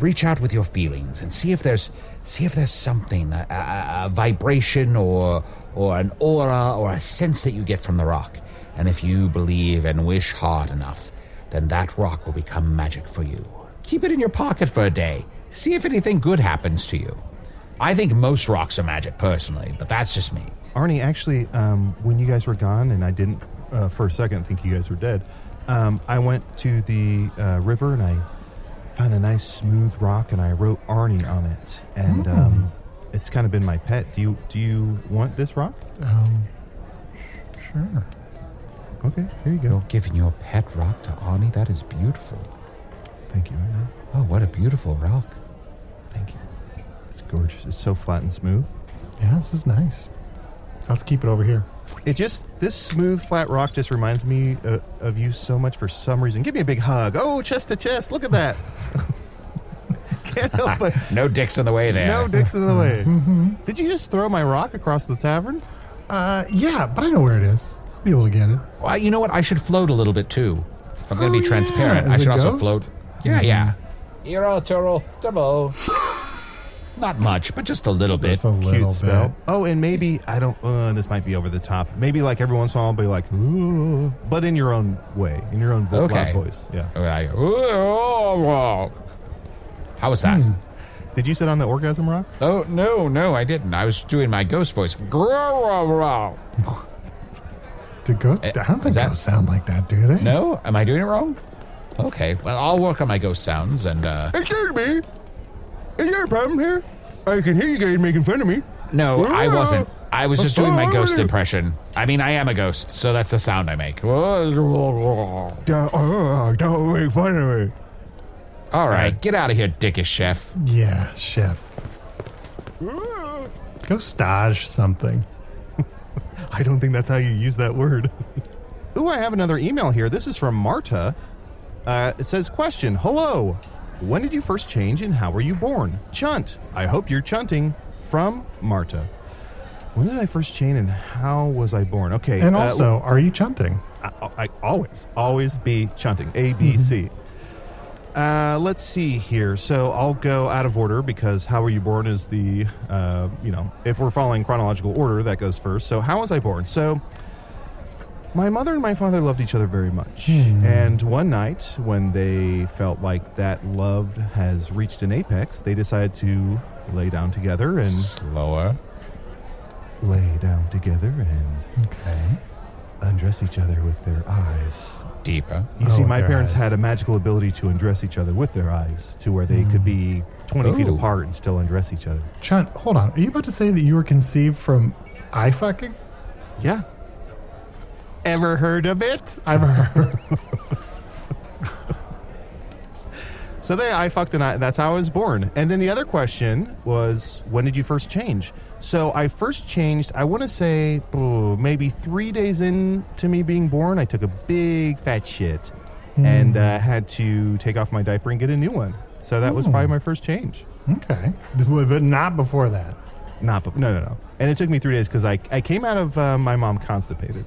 S5: reach out with your feelings, and see if there's see if there's something a, a, a vibration or or an aura or a sense that you get from the rock. And if you believe and wish hard enough, then that rock will become magic for you. Keep it in your pocket for a day. See if anything good happens to you. I think most rocks are magic personally, but that's just me.
S3: Arnie, actually, um, when you guys were gone, and I didn't uh, for a second think you guys were dead, um, I went to the uh, river and I found a nice smooth rock and I wrote Arnie on it, and um, it's kind of been my pet. Do you do you want this rock?
S4: Sure.
S3: Okay, here you go.
S5: Giving your pet rock to Ani, that is beautiful.
S3: Thank you. Arnie.
S5: Oh, what a beautiful rock.
S3: Thank you. It's gorgeous. It's so flat and smooth.
S4: Yeah, this is nice. Let's keep it over here.
S3: It just this smooth flat rock just reminds me uh, of you so much for some reason. Give me a big hug. Oh, chest to chest. Look at that. Can't help but
S5: No dicks in the way there.
S3: no dicks in the way.
S4: Mm-hmm.
S3: Did you just throw my rock across the tavern?
S4: Uh, yeah, but I know where it is. I'll be able to get it.
S5: Well, you know what? I should float a little bit too. If I'm going to
S4: Oh,
S5: be
S4: yeah.
S5: transparent, I
S4: As a
S5: should also
S4: ghost? Mm-hmm.
S5: float. Yeah, yeah. Irritable. Not much, but just a little bit.
S4: Just a little
S3: Cute
S4: bit.
S3: spell. Oh, and maybe I don't. Uh, this might be over the top. Maybe like every once in a while, I'll be like, Ooh, but in your own way, in your own vo-
S5: Okay.
S3: loud voice. Yeah.
S5: Like, oh, How was that?
S4: Hmm.
S3: Did you sit on the orgasm rock?
S5: Oh no, no, I didn't. I was doing my ghost voice. No,
S4: Did ghost? I don't
S5: is
S4: think
S5: that-
S4: ghosts sound like that, do they?
S5: am I doing it wrong? Okay, well, I'll work on my ghost sounds and uh,
S3: Excuse me. Is there a problem here? I can hear you guys making fun of me. uh,
S5: No, I wasn't. I was just doing my ghost impression. I mean, I am a ghost, so that's the sound I make. All
S3: Don't,
S4: oh,
S3: uh, don't make fun of me.
S5: right, get out of here, dickish chef.
S4: Yeah, chef. Go stage something.
S3: I don't think that's how you use that word. Ooh, I have another email here. This is from Marta. Uh, it says, Question Hello. When did you first change and how were you born? Chunt. I hope you're chunting. From Marta. When did I first chain and how was I born? Okay.
S4: And
S3: uh,
S4: also, are you chunting?
S3: I, I always, always be chunting. A, B, C. Uh, let's see here. So I'll go out of order because how were you born is the, uh, you know, if we're following chronological order, that goes first. So how was I born? So my mother and my father loved each other very much. And one night, when they felt like that love has reached an apex, they decided to lay down together and
S5: Slower.
S3: lay down together and
S4: Okay.
S3: undress each other with their eyes.
S5: Deeper.
S3: You
S4: Oh,
S3: see,
S4: with
S3: my
S4: their
S3: parents
S4: eyes.
S3: had a magical ability to undress each other with their eyes to where they
S4: Hmm.
S3: could be 20 feet
S5: Ooh.
S3: apart and still undress each other.
S4: Chunt, hold on. Are you about to say that you were conceived from eye fucking?
S3: Yeah. Ever heard of it?
S4: I've heard.
S3: So they, I fucked and I, that's how I was born. And then the other question was, when did you first change? So I first changed, I want to say oh, maybe three days into me being born, I took a big fat shit and uh, had to take off my diaper and get a new one. So that was probably my first change.
S4: okay. But not before that.
S3: Not, but no, no, no. And it took me three days because I, I came out of uh, my mom constipated.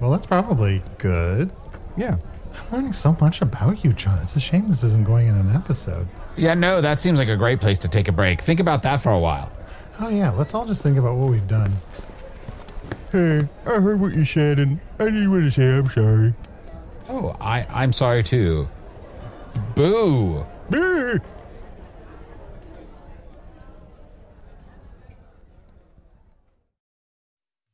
S4: Well, that's probably good.
S3: Yeah.
S4: I'm learning so much about you, John. It's a shame this isn't going in an episode.
S5: Yeah, no, that seems like a great place to take a break. Think about that for a while.
S4: Oh, yeah. Let's all just think about what we've done.
S3: Hey, I heard what you said, and I just want to say I'm sorry.
S5: Oh, I, I'm sorry too. Boo.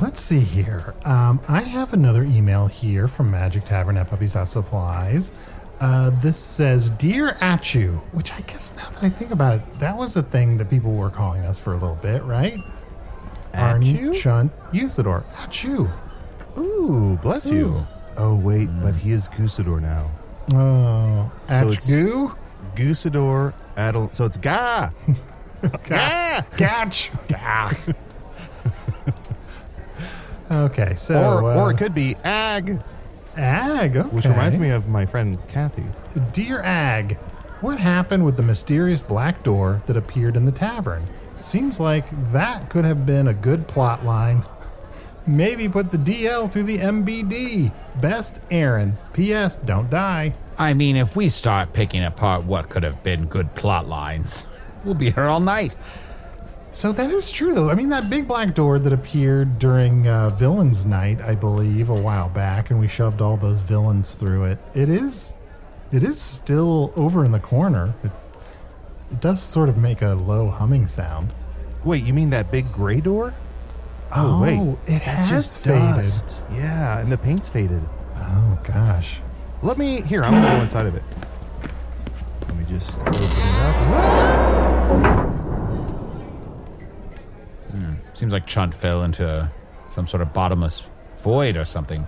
S4: Let's see here. Um, I have another email here from Magic Tavern at Puppy's House Supplies. Uh, this says, Dear Achu, which I guess now that I think about it, that was a thing that people were calling us for a little bit, right? Arnie, Chunt, Usador. Achu.
S3: Ooh, bless you. Oh, wait, but he is Goosador now.
S4: Oh,
S3: So it's-
S4: Achu.
S3: Goosador, Adel. So it's Ga.
S4: Gah! Catch. okay, so.
S3: or,
S4: uh,
S3: or it could be Ag,
S4: Ag, okay.
S3: which reminds me of my friend Kathy.
S4: Dear Ag, what happened with the mysterious black door that appeared in the tavern? Seems like that could have been a good plot line. Maybe put the DL through the MBD. Best Aaron. P.S. Don't die.
S5: I mean, if we start picking apart what could have been good plot lines, we'll be here all night.
S4: So that is true, though. I mean, that big black door that appeared during uh, Villains Night, I believe, a while back, and we shoved all those villains through it. It is, it is still over in the corner. It, it does sort of make a low humming sound.
S3: Wait, you mean that big gray door? Oh,
S4: Oh,
S3: wait. that's
S4: it has
S3: just
S4: faded.
S3: dust. Yeah, and the paint's faded.
S4: Oh gosh.
S3: Let me. Here, I'm going to go inside of it. Let me just open it up.
S5: Seems like Chunt fell into some sort of bottomless void or something.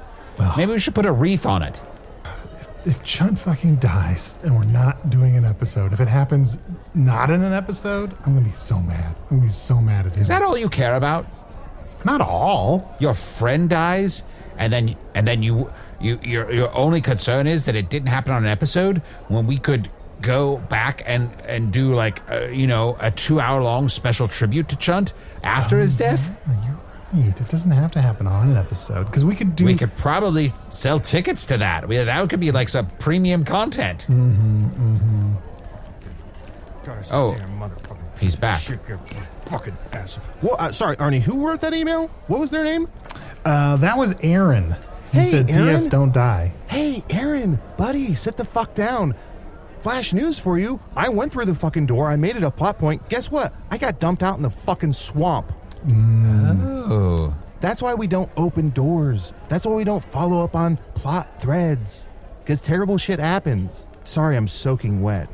S5: Maybe we should put a wreath on it.
S4: If Chun fucking dies and we're not doing an episode, if it happens not in an episode, I'm gonna be so mad. I'm gonna be so mad at him.
S5: Is that all you care about?
S4: not all?
S5: Your friend dies, and then and then you you your your only concern is that it didn't happen on an episode when we could go back and and do like uh, you know a two hour long special tribute to Chunt after his death.
S4: Right. It doesn't have to happen on an episode because we could do.
S5: We could probably sell tickets to that. We, that could be like some premium content.
S3: God, I
S4: ass.
S5: Oh,
S4: Damn motherfucking.
S5: he's back.
S4: Shake your fucking ass.
S3: Well, uh, sorry, Arnie. Who wrote that email? What was their name?
S4: Uh, that was Aaron. He
S3: Hey,
S4: said,
S3: Aaron?
S4: "P.S. Don't die."
S3: Hey, Aaron, buddy, sit the fuck down. Flash news for you. I went through the fucking door. I made it a plot point. Guess what? I got dumped out in the fucking swamp.
S4: Mm.
S5: Oh.
S3: That's why we don't open doors. That's why we don't follow up on plot threads. Because terrible shit happens. Sorry, I'm soaking wet.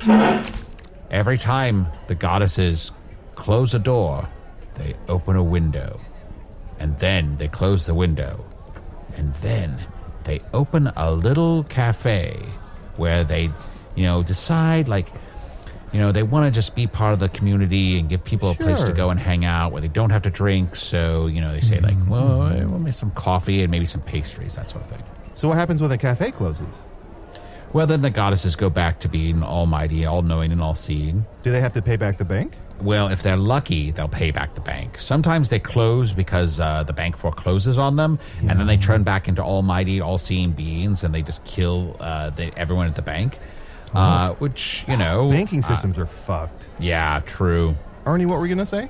S5: Every time the goddesses close a door, they open a window. And then they close the window. And then they open a little cafe where they, you know, decide like, you know, they want to just be part of the community and give people a place to
S3: Sure.
S5: go and hang out where they don't have to drink. So, you know, they say, like, well, I want me some coffee and maybe some pastries, that sort of thing.
S3: So, what happens when the cafe closes?
S5: Well, then the goddesses go back to being almighty, all knowing, and all seeing.
S3: Do they have to pay back the bank?
S5: Well, if they're lucky, they'll pay back the bank. Sometimes they close because uh, the bank forecloses on them, and then they turn back into almighty, all seeing beings, and they just kill uh, the, everyone at the bank. Uh, which, you know.
S3: Banking
S5: uh,
S3: systems are fucked.
S5: yeah, true.
S3: Arnie, what were you going to say?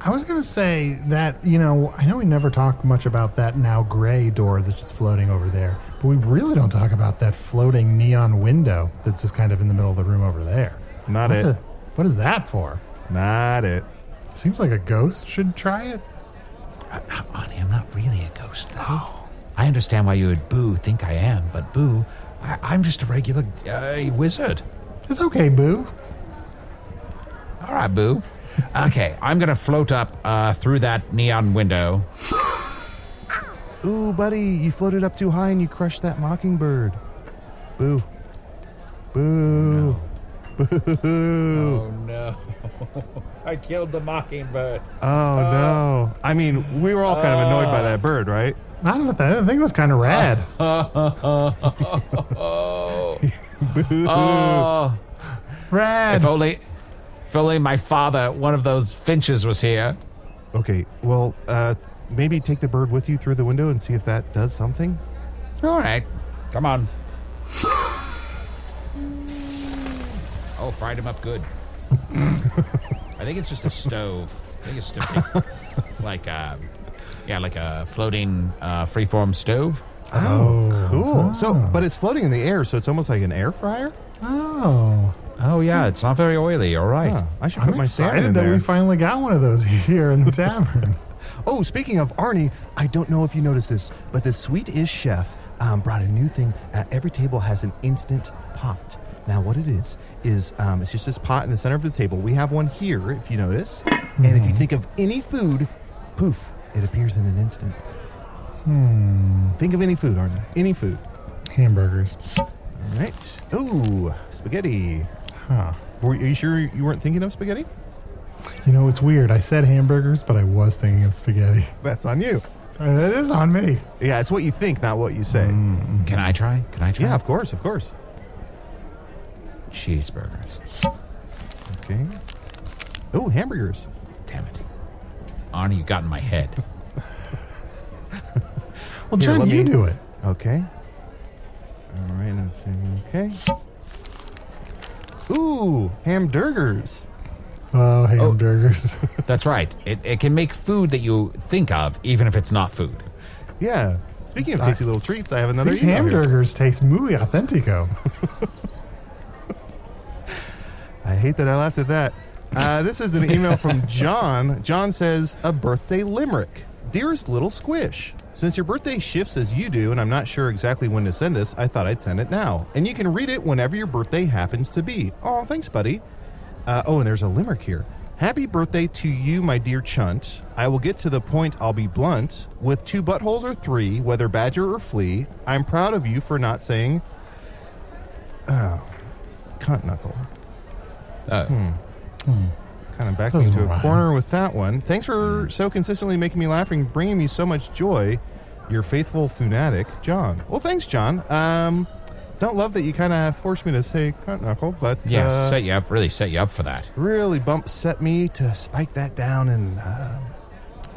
S4: I was gonna say that you know I know we never talk much about that now gray door that's just floating over there, but we really don't talk about that floating neon window that's just kind of in the middle of the room over there.
S3: Not
S4: What
S3: it.
S4: the- what is that for?
S3: Not it.
S4: Seems like a ghost should try it.
S5: Honey, I'm not really a ghost, though. I understand why you would boo think I am, but boo, I, I'm just a regular uh, wizard.
S4: It's okay, Boo.
S5: All right, boo. Okay, I'm going to float up uh, through that neon window.
S3: Ooh, buddy, you floated up too high and you crushed that mockingbird. Boo. Boo. Boo.
S6: Oh no. I killed the mockingbird.
S3: Oh, no. I mean, we were all kind of annoyed by that bird, right? Uh,
S4: I don't know. That, I think it was kind of rad.
S3: Boo.
S5: Oh,
S4: Rad.
S5: If only, if only my father, one of those finches, was here.
S3: Okay, well, uh, maybe take the bird with you through the window and see if that does something.
S5: All right, come on. oh, fried him up good. I think it's just a stove. I think it's just a, like a, yeah, like a floating uh, freeform stove.
S3: Oh, cool. So, but it's floating in the air, so it's almost like an air fryer.
S4: oh,
S5: Oh yeah, it's not very oily. All right.
S3: Huh, I should put
S4: I'm
S3: my salmon in
S4: excited that
S3: there.
S4: we finally got one of those here in the tavern.
S3: Oh, speaking of Arnie, I don't know if you noticed this, but the Sweet Is Chef um, brought a new thing. Uh, every table has an instant pot. Now, what it is, is um, it's just this pot in the center of the table. We have one here, if you notice. And
S4: Mm-hmm.
S3: if you think of any food, poof, it appears in an instant. Hmm. Think of any food, Arnie. Any food.
S4: Hamburgers.
S3: All right. Ooh, spaghetti.
S4: Huh.
S3: Were, are you sure you weren't thinking of spaghetti?
S4: You know, it's weird. I said hamburgers, but I was thinking of spaghetti.
S3: That's on you.
S4: And That is on me.
S3: Yeah, it's what you think, not what you say.
S4: Mm,
S5: Can I try? Can I try?
S3: Yeah, of course, of course.
S5: Cheeseburgers.
S3: Okay. Oh, hamburgers.
S5: Damn it, Arnie, you got in my head.
S4: Well,
S3: Here,
S4: John,
S3: let
S4: you
S3: me-
S4: do it.
S3: Okay. All right. I'm feeling okay. Ooh, hamburgers.
S4: Oh, hamburgers.
S5: That's right. It, it can make food that you think of, even if it's not food.
S3: Yeah. Speaking of tasty little treats, I have another
S4: These
S3: email here.
S4: hamburgers taste muy authentico.
S3: I hate that I laughed at that. Uh, this is an email from John. John says, A birthday limerick. Dearest little squish, since your birthday shifts as you do, and I'm not sure exactly when to send this, I thought I'd send it now. And you can read it whenever your birthday happens to be. Oh, thanks, buddy. Uh, oh, and there's a limerick here. Happy birthday to you, my dear Chunt. I will get to the point, I'll be blunt. With two buttholes or three, whether badger or flea, I'm proud of you for not saying, oh, cunt knuckle.
S5: Oh.
S3: Hmm. Kind of backed me
S4: Doesn't
S3: to a
S4: rhyme.
S3: corner with that one. Thanks for so consistently making me laugh and bringing me so much joy. Your faithful fanatic, John. Well, thanks, John. Um, don't love that you kind of forced me to say cunt knuckle, but
S5: Yeah,
S3: uh,
S5: set you up, really set you up for that.
S3: really bump set me to uh, spike that down, and um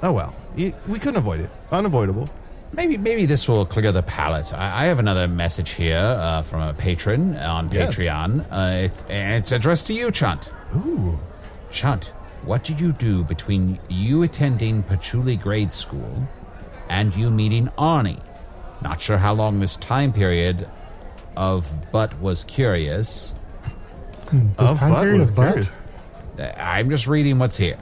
S3: oh well, Y- we couldn't avoid it. Unavoidable.
S5: Maybe maybe this will clear the palate. I, I have another message here uh, from a patron on
S3: Yes.
S5: Patreon. Uh, it's, and it's addressed to you, Chunt. Ooh. Chunt, what did you do between you attending Patchouli grade school and you meeting Arnie? Not sure how long this time period of but was curious.
S3: Oh,
S4: This time period is butt.
S5: Uh, I'm just reading what's here.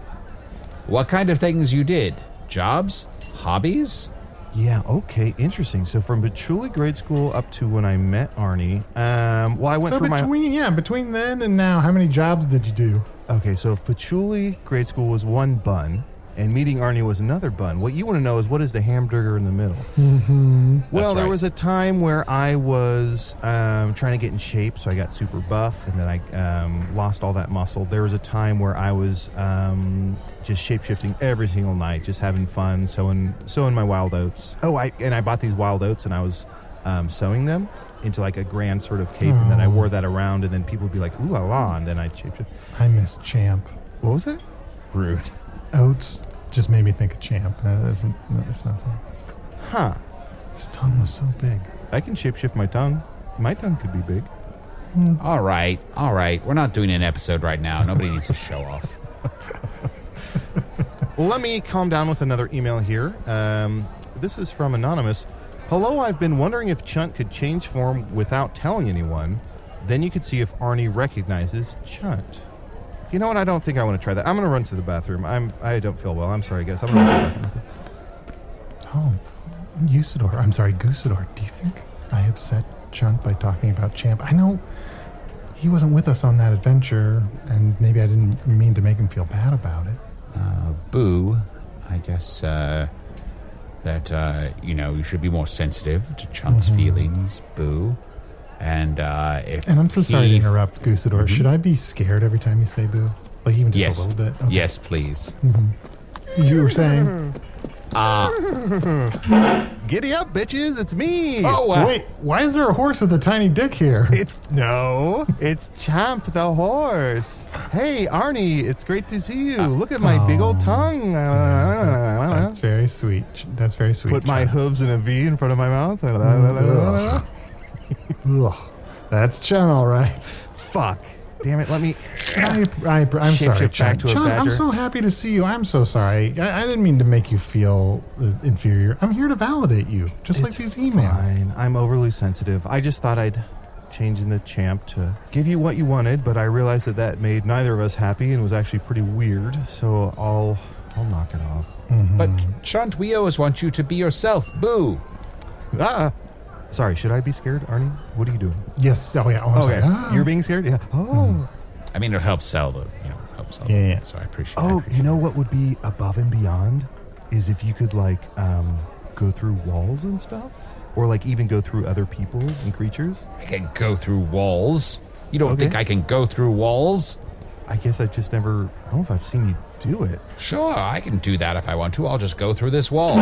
S5: What kind of things you did? Jobs? Hobbies?
S3: Yeah, okay, interesting. So from Patchouli grade school up to when I met Arnie, um, well, I went
S4: so
S3: for my.
S4: between yeah, between then and now, how many jobs did you do?
S3: Okay, so if Patchouli grade school was one bun and meeting Arnie was another bun, what you want to know is what is the hamburger in the middle?
S4: Mm-hmm.
S3: Well, there was a time where I was um, trying to get in shape, so I got super buff, and then I um, lost all that muscle. There was a time where I was um, just shapeshifting every single night, just having fun, sowing sowing my wild oats. Oh, I and I bought these wild oats, and I was um, sewing them into like a grand sort of cape, and then I
S4: Oh.
S3: wore that around, and then people would be like, "Ooh la la," and then I shapeshift.
S4: I miss Champ.
S3: What was that?
S5: Rude.
S4: Oats just made me think of Champ. That isn't. That's nothing.
S3: Huh?
S4: His tongue was so big.
S3: I can shapeshift my tongue. My tongue could be big.
S5: All right, all right. We're not doing an episode right now. Nobody needs to show off.
S3: Let me calm down with another email here. Um, this is from Anonymous. Hello, I've been wondering if Chunt could change form without telling anyone. Then you could see if Arnie recognizes Chunt. You know what? I don't think I want to try that. I'm going to run to the bathroom. I'm. I don't feel well. I'm sorry, guys. I'm going to the bathroom.
S4: Oh, Usador. I'm sorry, Goosador. Do you think I upset Chunt by talking about Champ? I know he wasn't with us on that adventure, and maybe I didn't mean to make him feel bad about it.
S5: Uh, boo, I guess uh, that, uh, you know, you should be more sensitive to Chunt's
S4: Mhm.
S5: feelings, boo. And uh, if.
S4: And I'm so sorry to
S5: he-
S4: interrupt, Goosador.
S5: Mhm.
S4: Should I be scared every time you say boo? Like even just
S5: Yes.
S4: a little bit?
S5: Yes, please.
S4: Mhm. You were saying.
S5: Ah.
S3: Giddy up, bitches! It's me.
S4: Oh, wow. Wait, why is there a horse with a tiny dick here?
S3: It's no, it's Champ the horse. Hey, Arnie, it's great to see you. Look at my big old tongue. Ah,
S4: That's very sweet. Ch- That's very sweet.
S3: Put my hooves in a V in front of my mouth. Ah, La, la, la, la, la, la.
S4: Ugh. That's Chun, all right.
S3: Fuck. Damn it, let me.
S4: I, I, I'm
S3: Shapeshift
S4: sorry,
S3: back
S4: Chun.
S3: to a
S4: Chun, I'm
S3: badger.
S4: so happy to see you. I'm so sorry. I, I didn't mean to make you feel uh, inferior. I'm here to validate you, just like these emails.
S3: Fine. I'm overly sensitive. I just thought I'd change in the champ to give you what you wanted, but I realized that that made neither of us happy and was actually pretty weird. So I'll I'll knock it off.
S5: But, Chunt, we always want you to be yourself, boo.
S3: Ah. Sorry, should I be scared, Arnie? What are you doing?
S4: Yes. Oh, yeah. Oh, I'm
S3: okay.
S4: sorry. Ah.
S3: You're being scared? Yeah. Oh.
S5: I mean, it helps sell the. You know, helps sell.
S4: Yeah, yeah.
S5: So I appreciate
S3: Oh,
S5: it.
S3: you know what would be above and beyond is if you could like um, go through walls and stuff, or like even go through other people and creatures.
S5: I can go through walls. You don't
S3: Okay.
S5: think I can go through walls?
S3: I guess I just never. I don't know if I've seen you do it.
S5: Sure, I can do that if I want to. I'll just go through this wall.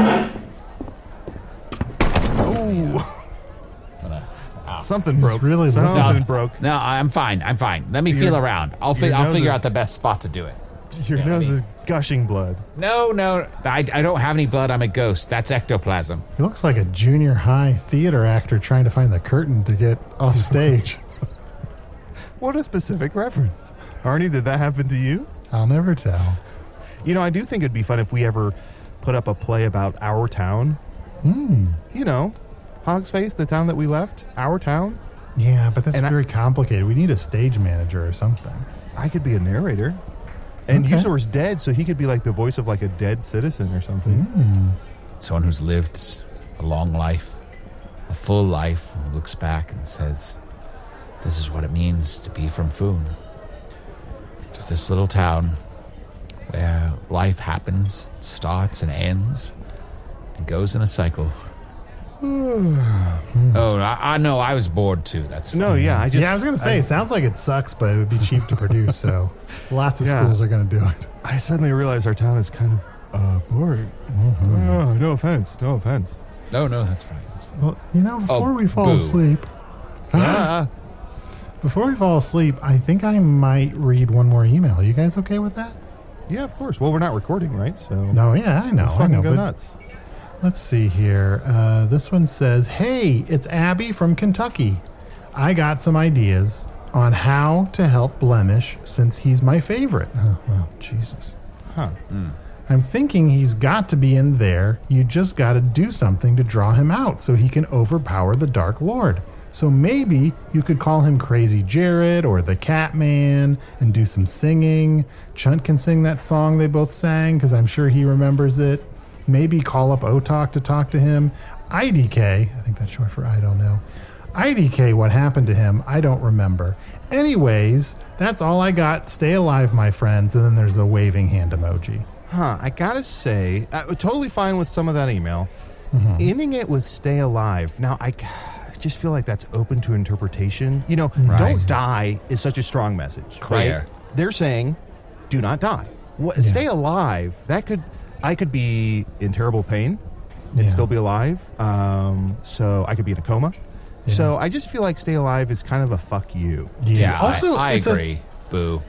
S3: Oh, something broke.
S4: really
S3: something
S5: No.
S3: broke.
S5: No, I'm fine. I'm fine. Let me
S3: Your-
S5: feel around. I'll, fi-
S3: your
S5: I'll
S3: nose
S5: figure
S3: is-
S5: out the best spot to do it.
S3: Your
S5: Yeah, I
S3: nose
S5: mean-
S3: is gushing blood.
S5: No, no, I, I don't have any blood. I'm a ghost. That's ectoplasm.
S4: He looks like a junior high theater actor trying to find the curtain to get off stage.
S3: What a specific reference, Arnie. Did that happen to you?
S4: I'll never tell.
S3: You know, I do think it'd be fun if we ever put up a play about our town.
S4: Hmm.
S3: You know, Hog's Face, the town that we left, our town.
S4: Yeah, but that's
S3: And I-
S4: very complicated. We need a stage manager or something.
S3: I could be a narrator. And
S4: Okay.
S3: Usador's dead, so he could be like the voice of like a dead citizen or something.
S4: Hmm.
S5: Someone who's lived a long life, a full life, and looks back and says, This is what it means to be from Foon. Just this little town where life happens, starts and ends, and goes in a cycle. oh, I, I know. I was bored too. That's
S3: No, yeah, I just
S4: yeah, I was going to say, it sounds like it sucks, but it would be cheap to produce. So lots of
S3: Yeah.
S4: schools are going to do it.
S3: I suddenly realized our town is kind of uh, boring.
S4: Mm-hmm.
S3: Oh, no offense, no offense.
S5: no, no, that's fine. That's fine.
S4: Well, you know,
S3: Oh,
S4: before we fall
S5: boo.
S4: asleep,
S3: Ah,
S4: before we fall asleep, I think I might read one more email. you guys okay with that?
S3: yeah, of course. Well, we're not recording, right? So
S4: No, yeah, I know, I
S3: fucking
S4: know,
S3: go
S4: but
S3: nuts.
S4: Let's see here. Uh, this one says, Hey, it's Abby from Kentucky. I got some ideas on how to help Blemish since he's my favorite. Oh, well, Jesus. Huh. I'm thinking he's got to be in there. You just got to do something to draw him out so he can overpower the Dark Lord. So maybe you could call him Crazy Jared or the Catman and do some singing. Chunt can sing that song they both sang because I'm sure he remembers it. Maybe call up Otak to talk to him. IDK, I think that's short for I don't know. IDK, what happened to him, I don't remember. Anyways, that's all I got. Stay alive, my friends. And then there's a waving hand emoji.
S3: Huh, I gotta say, uh, totally fine with some of that email. Ending it with stay alive. Now, I c- just feel like that's open to interpretation. You know,
S4: Right.
S3: don't die is such a strong message.
S5: Clear.
S3: Right? They're saying, do not die. What, Stay alive. That could, I could be in terrible pain and
S4: Yeah.
S3: still be alive. Um, so I could be in a coma. So I just feel like stay alive is kind of a fuck you.
S4: Yeah, I- Also, I it's a- agree.
S5: Boo.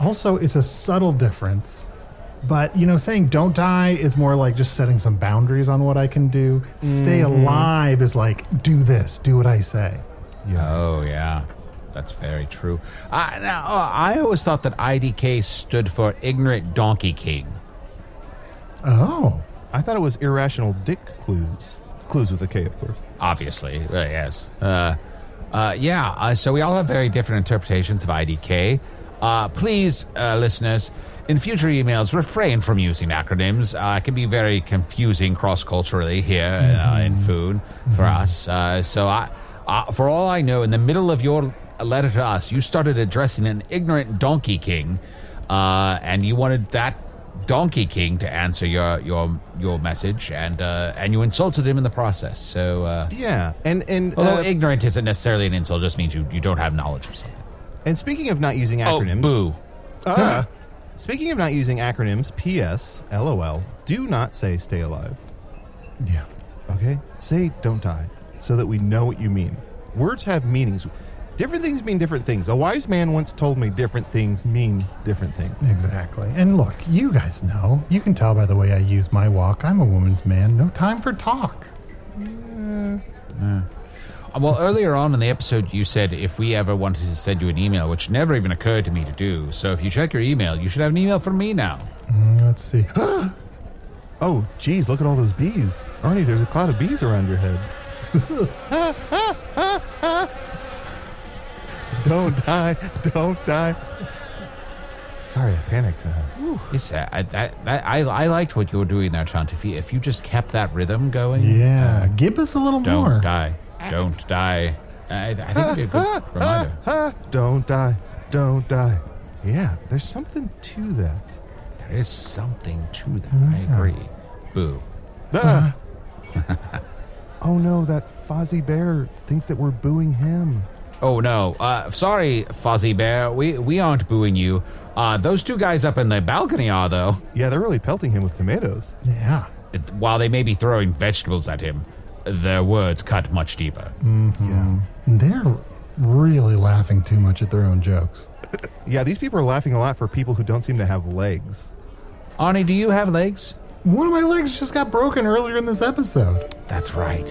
S4: Also, it's a subtle difference, but you know, saying don't die is more like just setting some boundaries on what I can do. Stay
S3: Mm-hmm.
S4: alive is like do this, do what I say.
S5: Oh, yeah. That's very true. I, now, uh, I always thought that IDK stood for Ignorant Donkey King.
S4: Oh.
S3: I thought it was irrational dick clues. Clues with a K, of course.
S5: obviously. uh, yes. Uh, uh, yeah. Uh, so we all have very different interpretations of IDK. Uh, please, uh, listeners, in future emails, refrain from using acronyms. Uh, it can be very confusing cross culturally here uh, in food for us. Uh, so I, uh, for all I know, in the middle of your letter to us, you started addressing an ignorant donkey king, uh, and you wanted that Donkey King to answer your your your message, and uh, and you insulted him in the process. So uh,
S3: Yeah, and and
S5: although
S3: uh,
S5: ignorant isn't necessarily an insult, it just means you, you don't have knowledge or something.
S3: and speaking of not using acronyms,
S5: Oh, boo!
S3: Ah. speaking of not using acronyms, P.S. LOL. Do not say stay alive.
S4: Yeah.
S3: Okay, say don't die, so that we know what you mean. Words have meanings. Different things mean different things. A wise man once told me different things mean different things.
S4: Exactly. And look, you guys know. You can tell by the way I use my walk. I'm a woman's man. No time for talk.
S5: Uh, Well, earlier on in the episode, you said if we ever wanted to send you an email, which never even occurred to me to do. So if you check your email, you should have an email from me now.
S4: Mm, Let's see.
S3: Oh, geez, look at all those bees, Arnie. There's a cloud of bees around your head. don't die! Don't die! Sorry, I panicked. Uh,
S5: Yes, I, I, I, I I liked what you were doing there, Chant. If you if you just kept that rhythm going,
S3: Uh,
S4: Yeah. Give us a little
S5: don't
S4: more.
S5: die, don't die. I, I think it'd be a good reminder.
S3: Don't die. Don't die. Yeah, there's something to that.
S5: There is something to that. I agree. Boo.
S3: Ah. oh no, that Fozzie Bear thinks that we're booing him.
S5: Oh no. Uh, sorry, Fuzzy Bear. We we aren't booing you. Uh, those two guys up in the balcony are though.
S3: Yeah, they're really pelting him with tomatoes.
S4: Yeah.
S5: While they may be throwing vegetables at him, their words cut much deeper.
S3: Yeah.
S4: Mm. They're really laughing too much at their own jokes.
S3: Yeah, these people are laughing a lot for people who don't seem to have legs.
S5: Arnie, do you have legs?
S4: One of my legs just got broken earlier in this episode.
S5: That's right.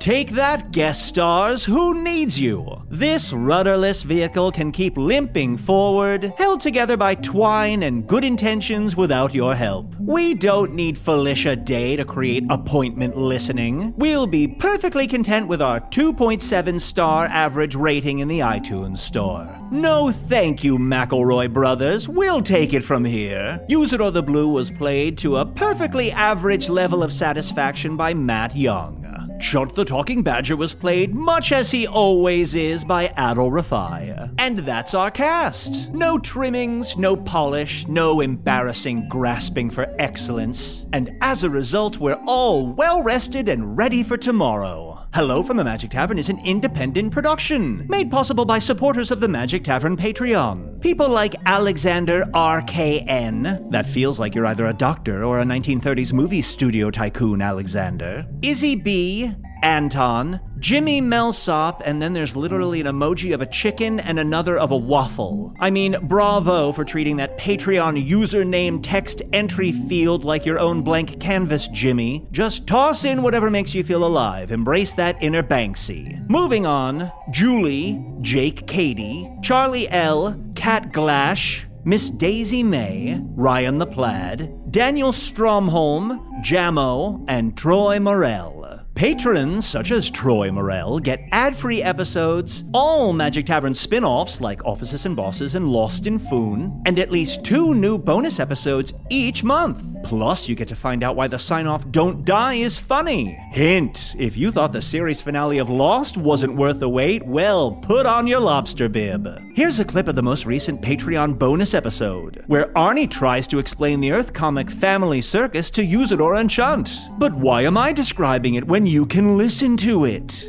S2: Take that, guest stars. Who needs you? This rudderless vehicle can keep limping forward, held together by twine and good intentions without your help. We don't need Felicia Day to create appointment listening. We'll be perfectly content with our 2.7 star average rating in the iTunes store. No thank you, McElroy brothers. We'll take it from here. Use It or the Blue was played to a perfectly average level of satisfaction by Matt Young. Chunt the Talking Badger was played much as he always is by Adol Rafai. And that's our cast. No trimmings, no polish, no embarrassing grasping for excellence. And as a result, we're all well rested and ready for tomorrow. Hello from the Magic Tavern is an independent production made possible by supporters of the Magic Tavern Patreon. People like Alexander RKN, that feels like you're either a doctor or a 1930s movie studio tycoon, Alexander, Izzy B, Anton, Jimmy Melsop, and then there's literally an emoji of a chicken and another of a waffle. I mean, bravo for treating that Patreon username text entry field like your own blank canvas, Jimmy. Just toss in whatever makes you feel alive. Embrace that inner Banksy. Moving on, Julie, Jake Cady, Charlie L., Cat Glash, Miss Daisy May, Ryan the Plaid, Daniel Stromholm, Jamo, and Troy Morell. Patrons such as Troy Morell get ad-free episodes, all Magic Tavern spin-offs like Offices and Bosses and Lost in Foon, and at least two new bonus episodes each month. Plus, you get to find out why the sign-off Don't Die is funny. Hint, if you thought the series finale of Lost wasn't worth the wait, well, put on your lobster bib. Here's a clip of the most recent Patreon bonus episode, where Arnie tries to explain the Earth comic Family Circus to Usador and Chunt. But why am I describing it when you can listen to it?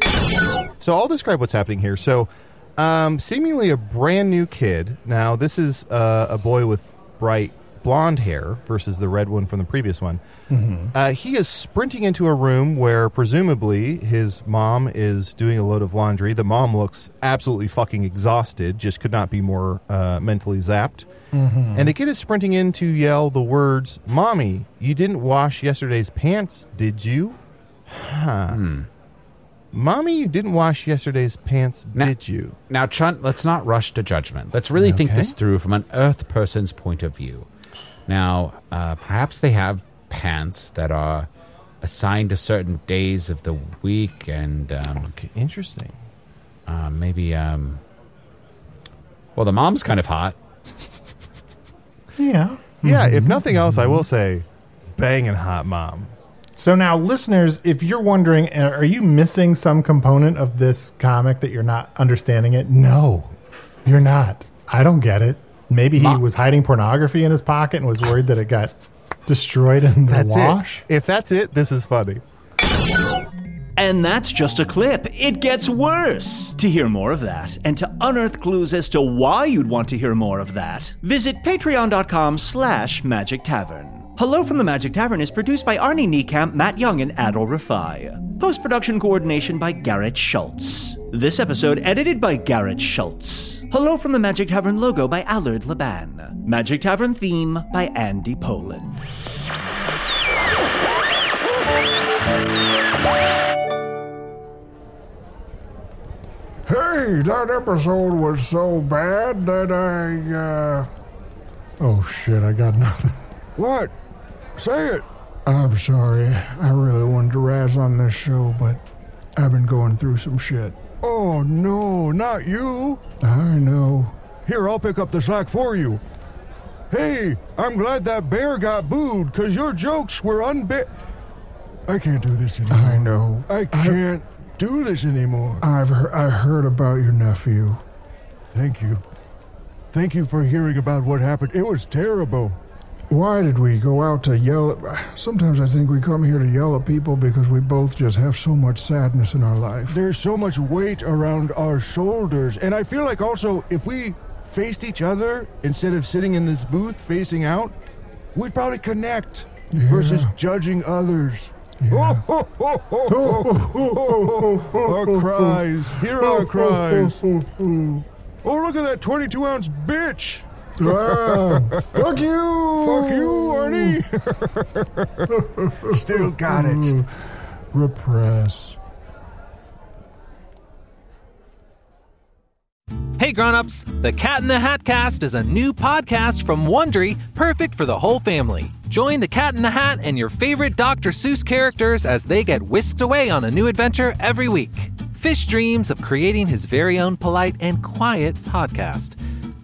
S3: So I'll describe what's happening here. So, um, seemingly a brand new kid. Now, this is uh, a boy with bright blonde hair versus the red one from the previous one. Uh, he is sprinting into a room where presumably his mom is doing a load of laundry. The mom looks absolutely fucking exhausted, just could not be more uh, mentally zapped.
S4: Mhm.
S3: And the kid is sprinting in to yell the words, Mommy, you didn't wash yesterday's pants, did you? Huh. Mommy, you didn't wash yesterday's pants, did you?
S5: Now, Chunt, let's not rush to judgment. Let's really think
S3: Okay.
S5: this through from an Earth person's point of view. Now, uh, perhaps they have pants that are assigned to certain days of the week, and um,
S3: okay, interesting.
S5: Uh, maybe, um, well, the mom's kind of hot.
S4: Yeah.
S3: Yeah, if nothing else, I will say, banging hot mom.
S4: So now, listeners, if you're wondering, uh, are you missing some component of this comic that you're not understanding it? No, you're not. I don't get it. Maybe he was hiding pornography in his pocket and was worried that it got destroyed in the
S3: That's
S4: wash.
S3: it. If that's it, this is funny.
S2: And that's just a clip. It gets worse. To hear more of that and to unearth clues as to why you'd want to hear more of that, visit patreon.com slash magic tavern. Hello from the Magic Tavern is produced by Arnie Niekamp, Matt Young, and Adol Rafai. Post-production coordination by Garrett Schultz. This episode edited by Garrett Schultz. Hello from the Magic Tavern logo by Allard Laban. Magic Tavern theme by Andy Poland.
S9: Hey, that episode was so bad that I, uh.
S4: Oh shit! I got nothing.
S9: What? Say it!
S4: I'm sorry. I really wanted to razz on this show, but I've been going through some shit.
S9: Oh, no, not you!
S4: I know.
S9: Here, I'll pick up the slack for you. Hey, I'm glad that bear got booed, because your jokes were unbe. I can't do this anymore.
S4: I know.
S9: I can't do this anymore.
S4: I've he- I heard about your nephew.
S9: Thank you. Thank you for hearing about what happened. It was terrible.
S4: Why did we go out to yell? At, sometimes I think we come here to yell at people because we both just have so much sadness in our life.
S9: There's so much weight around our shoulders. And I feel like also, if we faced each other instead of sitting in this booth facing out, we'd probably connect versus judging others. Oh, ho, ho, ho, ho, ho, ho. our cries. Hear our cries.
S4: Oh,
S9: look at that 22 ounce bitch.
S4: Ah, fuck you.
S9: Fuck you, Arnie. Still got it.
S4: Repress.
S10: Hey grown-ups, The Cat in the Hat Cast is a new podcast from Wondery, perfect for the whole family. Join The Cat in the Hat and your favorite Dr. Seuss characters as they get whisked away on a new adventure every week. Fish dreams of creating his very own polite and quiet podcast.